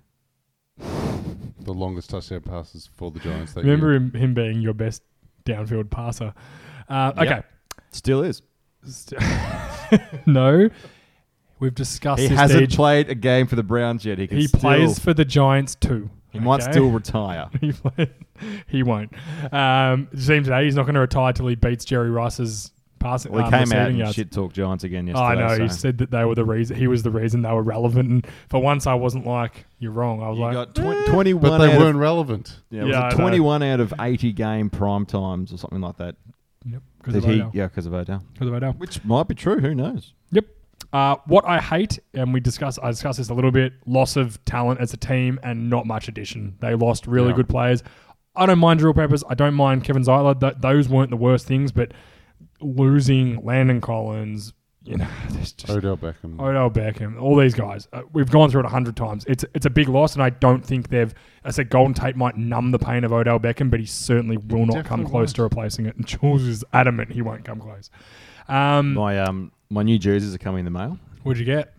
Speaker 11: The longest touchdown passes for the Giants. That
Speaker 12: Remember
Speaker 11: year.
Speaker 12: him, him being your best downfield passer. Uh,
Speaker 10: Yep.
Speaker 12: okay.
Speaker 10: Still is.
Speaker 12: no, we've discussed
Speaker 10: He
Speaker 12: this.
Speaker 10: hasn't
Speaker 12: Deej.
Speaker 10: played a game for the Browns yet. He, can
Speaker 12: he
Speaker 10: still-
Speaker 12: plays for the Giants too.
Speaker 10: He might
Speaker 12: okay?
Speaker 10: still retire.
Speaker 12: [laughs] he, play- he won't. Um, it seems today he's not going to retire till he beats Jerry Rice's passing.
Speaker 10: Well, he
Speaker 12: um,
Speaker 10: came out
Speaker 12: receiving
Speaker 10: and
Speaker 12: yards.
Speaker 10: shit talked Giants again
Speaker 12: Oh, I
Speaker 10: yesterday.
Speaker 12: know. He
Speaker 10: so-
Speaker 12: said that they were the reason. He was the reason they were relevant. And for once, I wasn't like you're wrong. I was
Speaker 10: You
Speaker 12: like, "Eh."
Speaker 10: got twen- 21
Speaker 11: But they
Speaker 10: out of-
Speaker 11: weren't relevant.
Speaker 10: yeah, it was
Speaker 12: Yeah,
Speaker 10: a
Speaker 12: I know.
Speaker 10: 21 out of 80 game prime times or something like that.
Speaker 12: yep, because
Speaker 10: Did
Speaker 12: of
Speaker 10: he?
Speaker 12: Odell.
Speaker 10: Yeah, because of Odell.
Speaker 12: Because of Odell.
Speaker 10: Which might be true. Who knows?
Speaker 12: Yep. Uh, what I hate, and we discuss, I discussed this a little bit, loss of talent as a team and not much addition. They lost really
Speaker 11: Yeah.
Speaker 12: good players. I don't mind Drill Peppers. I don't mind Kevin Zeiler. Th- those weren't the worst things, but losing Landon Collins, you know, [laughs] there's just
Speaker 11: Odell Beckham.
Speaker 12: Odell Beckham, all these guys. Uh, we've gone through it a hundred times. It's it's a big loss, and I don't think they've. I said Golden Tate might numb the pain of Odell Beckham, but he certainly will not come
Speaker 11: definitely
Speaker 12: close to replacing it. And Jules is adamant he won't come close. Um,
Speaker 10: My um my new jerseys are coming in the mail.
Speaker 12: what'd you get?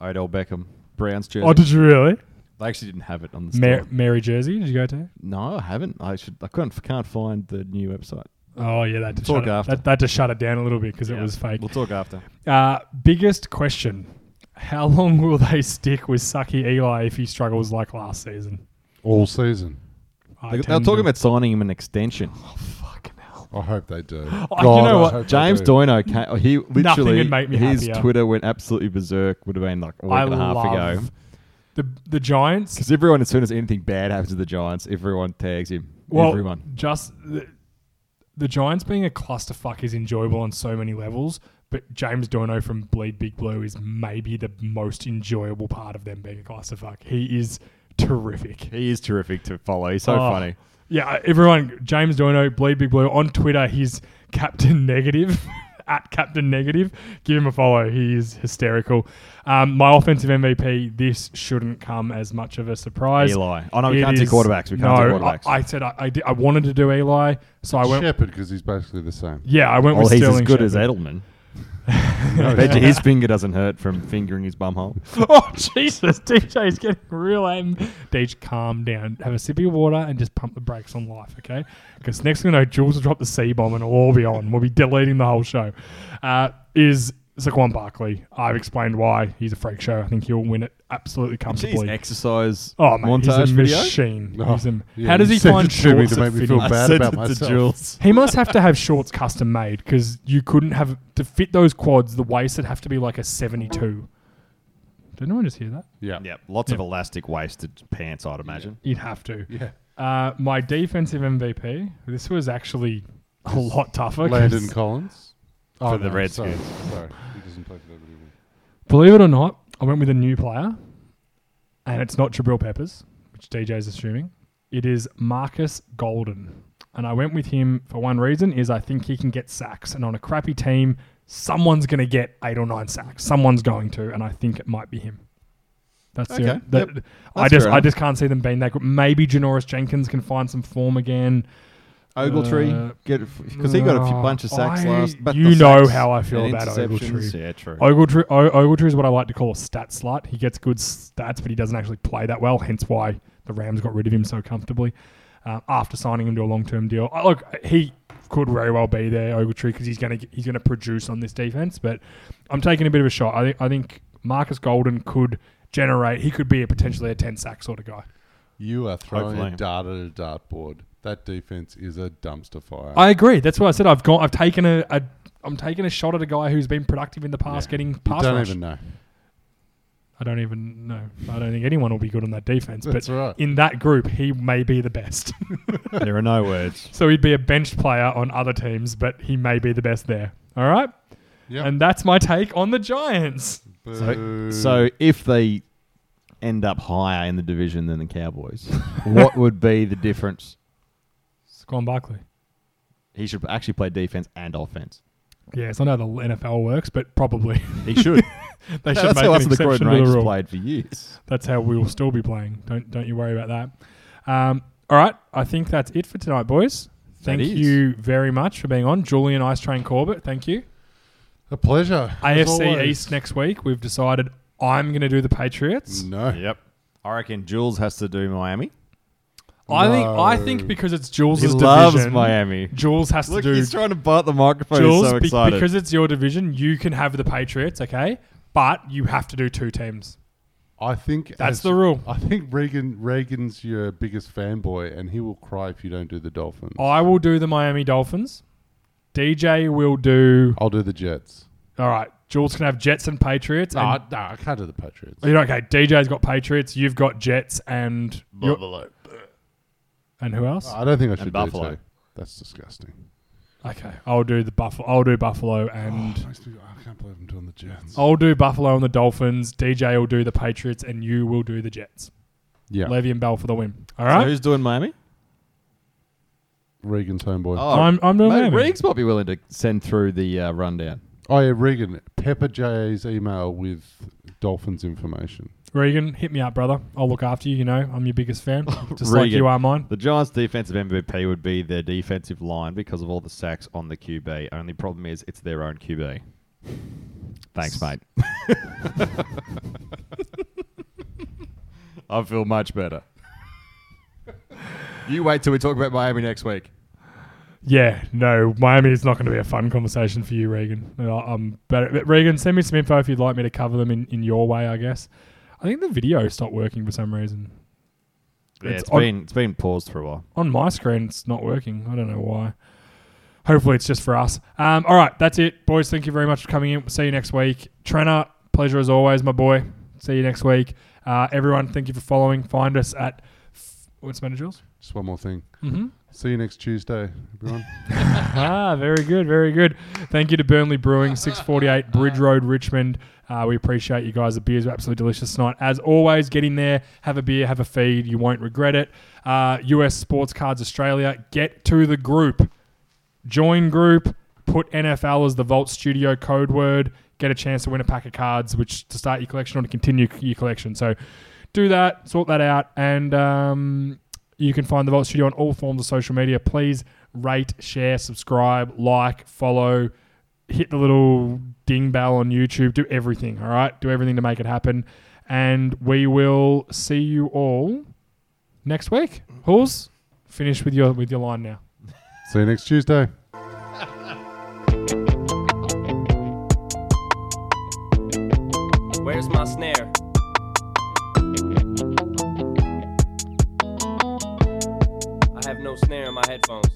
Speaker 10: Odell Beckham Browns jersey.
Speaker 12: Oh, did you really?
Speaker 10: they actually didn't have it on the store.
Speaker 12: Mary, Mary Jersey, did you go to?
Speaker 10: no, I haven't. I should. I couldn't. Can't find the new website.
Speaker 12: Oh yeah, that just
Speaker 10: Talk
Speaker 12: shut it,
Speaker 10: after.
Speaker 12: that, that just shut it down a little bit because it
Speaker 10: Yeah.
Speaker 12: was fake.
Speaker 10: We'll talk after.
Speaker 12: Uh, biggest question: How long will they stick with Sucky Eli if he struggles like last season?
Speaker 11: All season.
Speaker 12: I
Speaker 10: They, they're
Speaker 12: tend
Speaker 10: talking
Speaker 12: to-
Speaker 10: about signing him an extension.
Speaker 12: fucking hell.
Speaker 11: I hope
Speaker 12: [gasps]
Speaker 11: they do.
Speaker 12: you know
Speaker 11: Oh, I
Speaker 12: what?
Speaker 11: hope they
Speaker 10: James
Speaker 11: do.
Speaker 10: Doino, ca- oh, he literally
Speaker 12: would make me
Speaker 10: his
Speaker 12: happier.
Speaker 10: Twitter went absolutely berserk. Would have been like a week
Speaker 12: I
Speaker 10: and a half
Speaker 12: love
Speaker 10: ago.
Speaker 12: the the Giants.
Speaker 10: Because everyone, as soon as anything bad happens to the Giants, everyone tags him.
Speaker 12: Well,
Speaker 10: everyone.
Speaker 12: just the, the Giants being a clusterfuck is enjoyable on so many levels. But James Dorno from Bleed Big Blue is maybe the most enjoyable part of them being a clusterfuck. He is terrific.
Speaker 10: He is terrific to follow. He's so
Speaker 12: Oh,
Speaker 10: funny.
Speaker 12: Yeah, everyone, James Dorno, Bleed Big Blue. On Twitter, he's Captain Negative, [laughs] at Captain Negative. Give him a follow. He is hysterical. Um, my offensive MVP, this shouldn't come as much of a surprise.
Speaker 10: Eli. Oh, no, we
Speaker 12: It
Speaker 10: can't do
Speaker 12: is-
Speaker 10: quarterbacks. We can't do
Speaker 12: no,
Speaker 10: quarterbacks.
Speaker 12: I, I said I, I, did, I wanted to do Eli, so I went.
Speaker 11: Shepard, because he's basically the same.
Speaker 12: Yeah, I went
Speaker 10: Well,
Speaker 12: with
Speaker 10: he's as
Speaker 12: Sterling
Speaker 10: good as
Speaker 12: Shepard.
Speaker 10: Edelman. I bet you [laughs] his finger doesn't hurt from fingering his bum hole.
Speaker 12: [laughs] oh Jesus, [laughs] DJ's getting real aim. DJ, calm down. Have a sip of your water and just pump the brakes on life, okay? Because next thing I know, Jules will drop the C bomb and it'll all be on. We'll be deleting the whole show. Uh, is Saquon Barkley? I've explained why he's a freak show. I think he'll win it absolutely comfortably.
Speaker 10: Jeez, exercise
Speaker 12: Oh man, he's
Speaker 10: montage
Speaker 12: a
Speaker 10: video?
Speaker 12: machine.
Speaker 11: Oh,
Speaker 12: He's a-
Speaker 11: yeah,
Speaker 12: how
Speaker 11: you
Speaker 12: does he
Speaker 11: sent
Speaker 12: find
Speaker 11: it to me
Speaker 12: shorts
Speaker 11: to
Speaker 12: that
Speaker 11: make me
Speaker 12: fit
Speaker 11: feel
Speaker 12: him?
Speaker 11: bad
Speaker 10: sent
Speaker 11: about
Speaker 10: it to
Speaker 11: myself.
Speaker 10: Jules.
Speaker 12: He must have to have shorts custom made because you couldn't have to fit those quads. The waist would have to be like a seventy-two. Did anyone just hear that?
Speaker 11: Yeah.
Speaker 10: Yep, lots of elastic waisted pants, I'd imagine.
Speaker 12: You'd have to.
Speaker 11: Yeah.
Speaker 12: Uh, my defensive MVP. This was actually a lot tougher. 'cause
Speaker 11: Landon Collins. Oh,
Speaker 10: For the
Speaker 11: Sorry,
Speaker 10: Redskins.
Speaker 11: sorry. He doesn't play for them anymore.
Speaker 12: Believe it or not, I went with a new player, and it's not Jabril Peppers, which DJ's assuming. It is Marcus Golden. And I went with him for one reason is I think he can get sacks. And on a crappy team, someone's going to get eight or nine sacks. Someone's going to, and I think it might be him. That's the,
Speaker 10: Okay,
Speaker 12: that,
Speaker 10: yep.
Speaker 12: I
Speaker 10: That's
Speaker 12: just
Speaker 10: fair
Speaker 12: I
Speaker 10: enough.
Speaker 12: just can't see them being that good. Maybe Janoris Jenkins can find some form again.
Speaker 10: Ogletree,
Speaker 12: Uh,
Speaker 10: get because he got a few bunch of sacks
Speaker 12: I-
Speaker 10: last. But
Speaker 12: you
Speaker 10: the
Speaker 12: know
Speaker 10: sacks
Speaker 12: how I feel
Speaker 10: and
Speaker 12: about Oh.
Speaker 10: interceptions.
Speaker 12: Ogletree.
Speaker 10: Yeah, true.
Speaker 12: Ogletree, O- Ogletree is what I like to call a stat slut. He gets good stats, but he doesn't actually play that well. Hence why the Rams got rid of him so comfortably uh, after signing him to a long-term deal. Uh, look, he could very well be there, Ogletree, because he's going to he's going to produce on this defense. But I'm taking a bit of a shot. I think I think Marcus Golden could generate. He could be a potentially a ten sack sort of guy.
Speaker 11: You are throwing
Speaker 10: Hopefully.
Speaker 11: a dart at a dartboard. That defense is a dumpster fire.
Speaker 12: I agree. That's why I said I've gone. I've taken a. a I'm taking a shot at a guy who's been productive in the past, getting
Speaker 11: you
Speaker 12: pass
Speaker 11: don't
Speaker 12: rush.
Speaker 11: even know.
Speaker 12: I don't even know. I don't think anyone will be good on that defense.
Speaker 11: That's
Speaker 12: but
Speaker 11: right.
Speaker 12: in that group, he may be the best. [laughs]
Speaker 10: there are no words.
Speaker 12: so he'd be a bench player on other teams, but he may be the best there. All right.
Speaker 11: Yep.
Speaker 12: And that's my take on the Giants.
Speaker 10: So,
Speaker 11: Boo.
Speaker 10: so if they end up higher in the division than the Cowboys,
Speaker 12: [laughs]
Speaker 10: what would be the difference?
Speaker 12: Saquon Barkley.
Speaker 10: He should actually play defense and offense.
Speaker 12: Yes, I know the NFL works, but probably [laughs]
Speaker 10: He should.
Speaker 12: they should
Speaker 10: that's
Speaker 12: make
Speaker 10: how
Speaker 12: an
Speaker 10: us the Croydon
Speaker 12: exception to the
Speaker 10: Rangers
Speaker 12: rule.
Speaker 10: played for years.
Speaker 12: That's how we will still be playing. Don't don't you worry about that. Um, all right, I think that's it for tonight, boys. Thank
Speaker 10: is.
Speaker 12: you very much for being on, Julian Ice Train Corbett. Thank you.
Speaker 11: a pleasure. as
Speaker 12: AFC
Speaker 11: always.
Speaker 12: East next week. We've decided I'm going to do the Patriots.
Speaker 11: No.
Speaker 10: Yep. I reckon Jules has to do Miami.
Speaker 12: I think I
Speaker 11: No.
Speaker 12: think because it's Jules'
Speaker 10: He
Speaker 12: division.
Speaker 10: loves Miami.
Speaker 12: Jules has
Speaker 10: Look,
Speaker 12: to do
Speaker 10: he's trying to bite the microphone.
Speaker 12: Jules
Speaker 10: he's so
Speaker 12: be-
Speaker 10: excited.
Speaker 12: because it's your division. You can have the Patriots, okay? But you have to do two teams.
Speaker 11: I think
Speaker 12: That's the rule.
Speaker 11: I think Reagan Reagan's your biggest fanboy, and he will cry if you don't do the Dolphins.
Speaker 12: I will do the Miami Dolphins. DJ will do.
Speaker 11: I'll do the Jets.
Speaker 12: All right, Jules can have Jets and Patriots.
Speaker 11: No,
Speaker 12: and-
Speaker 10: Ah.
Speaker 11: I, no, I can't do the Patriots.
Speaker 12: You're okay. DJ's got Patriots. You've got Jets and you're- and who else?
Speaker 10: Ah.
Speaker 11: I don't think I should
Speaker 10: Buffalo.
Speaker 11: do two. That's disgusting.
Speaker 12: Okay, I'll do the Buffalo. I'll do Buffalo and
Speaker 11: Makes me- I can't believe I'm doing the Jets.
Speaker 12: I'll do Buffalo and the Dolphins. DJ will do the Patriots, and you will do the Jets.
Speaker 11: yeah,
Speaker 12: Levy and Bell for the win. All
Speaker 10: So
Speaker 12: right.
Speaker 10: who's doing Miami?
Speaker 11: Reagan's homeboy. Oh.
Speaker 12: I'm- I'm doing
Speaker 10: mate,
Speaker 12: Miami.
Speaker 10: Riggs might be willing to send through the uh, rundown.
Speaker 11: Oh, yeah, Reagan. Pepper JA's email with Dolphins information.
Speaker 12: Regan, hit me up, brother. I'll look after you. You know, I'm your biggest
Speaker 10: [laughs]
Speaker 12: fan, just like
Speaker 10: Regan.
Speaker 12: you are mine.
Speaker 10: The Giants' defensive MVP would be their defensive line because of all the sacks on the QB. Only problem is it's their own QB. Thanks, mate. [laughs] I feel much better. You wait till we talk about Miami next week.
Speaker 12: Yeah, no, Miami is not going to be a fun conversation for you, Regan. No, I- I'm better. But Regan, send me some info if you'd like me to cover them in, in your way. I guess. I think the video stopped working for some reason.
Speaker 10: Yeah,
Speaker 12: It's
Speaker 10: it's
Speaker 12: on-
Speaker 10: been it's been paused for a while.
Speaker 12: on my screen it's not working. I don't know why. Hopefully it's just for us. Um, all right, that's it, boys. Thank you very much for coming in. We'll see you next week. Trenner, pleasure as always, my boy. See you next week. Uh, everyone, thank you for following. Find us at f- what's the matter, Jules?
Speaker 11: Just one more thing.
Speaker 12: Mm-hmm.
Speaker 11: See you next Tuesday, everyone. [laughs]
Speaker 12: ah, very good, very good. Thank you to Burnley Brewing, 648 Bridge Road, Richmond. Uh, we appreciate you guys. The beers were absolutely delicious tonight. As always, get in there, have a beer, have a feed. You won't regret it. Uh, US Sports Cards Australia, get to the group. Join group, put NFL as the Vault Studio code word, get a chance to win a pack of cards, which to start your collection or to continue your collection. So do that, sort that out, and um, you can find the Vault Studio on all forms of social media. Please rate, share, subscribe, like, follow, hit the little ding bell on YouTube. Do everything, all right? Do everything to make it happen. And we will see you all next week. Halls, finish with your with your line now.
Speaker 11: See you next Tuesday.
Speaker 13: Where's my snare? I have no snare in my headphones.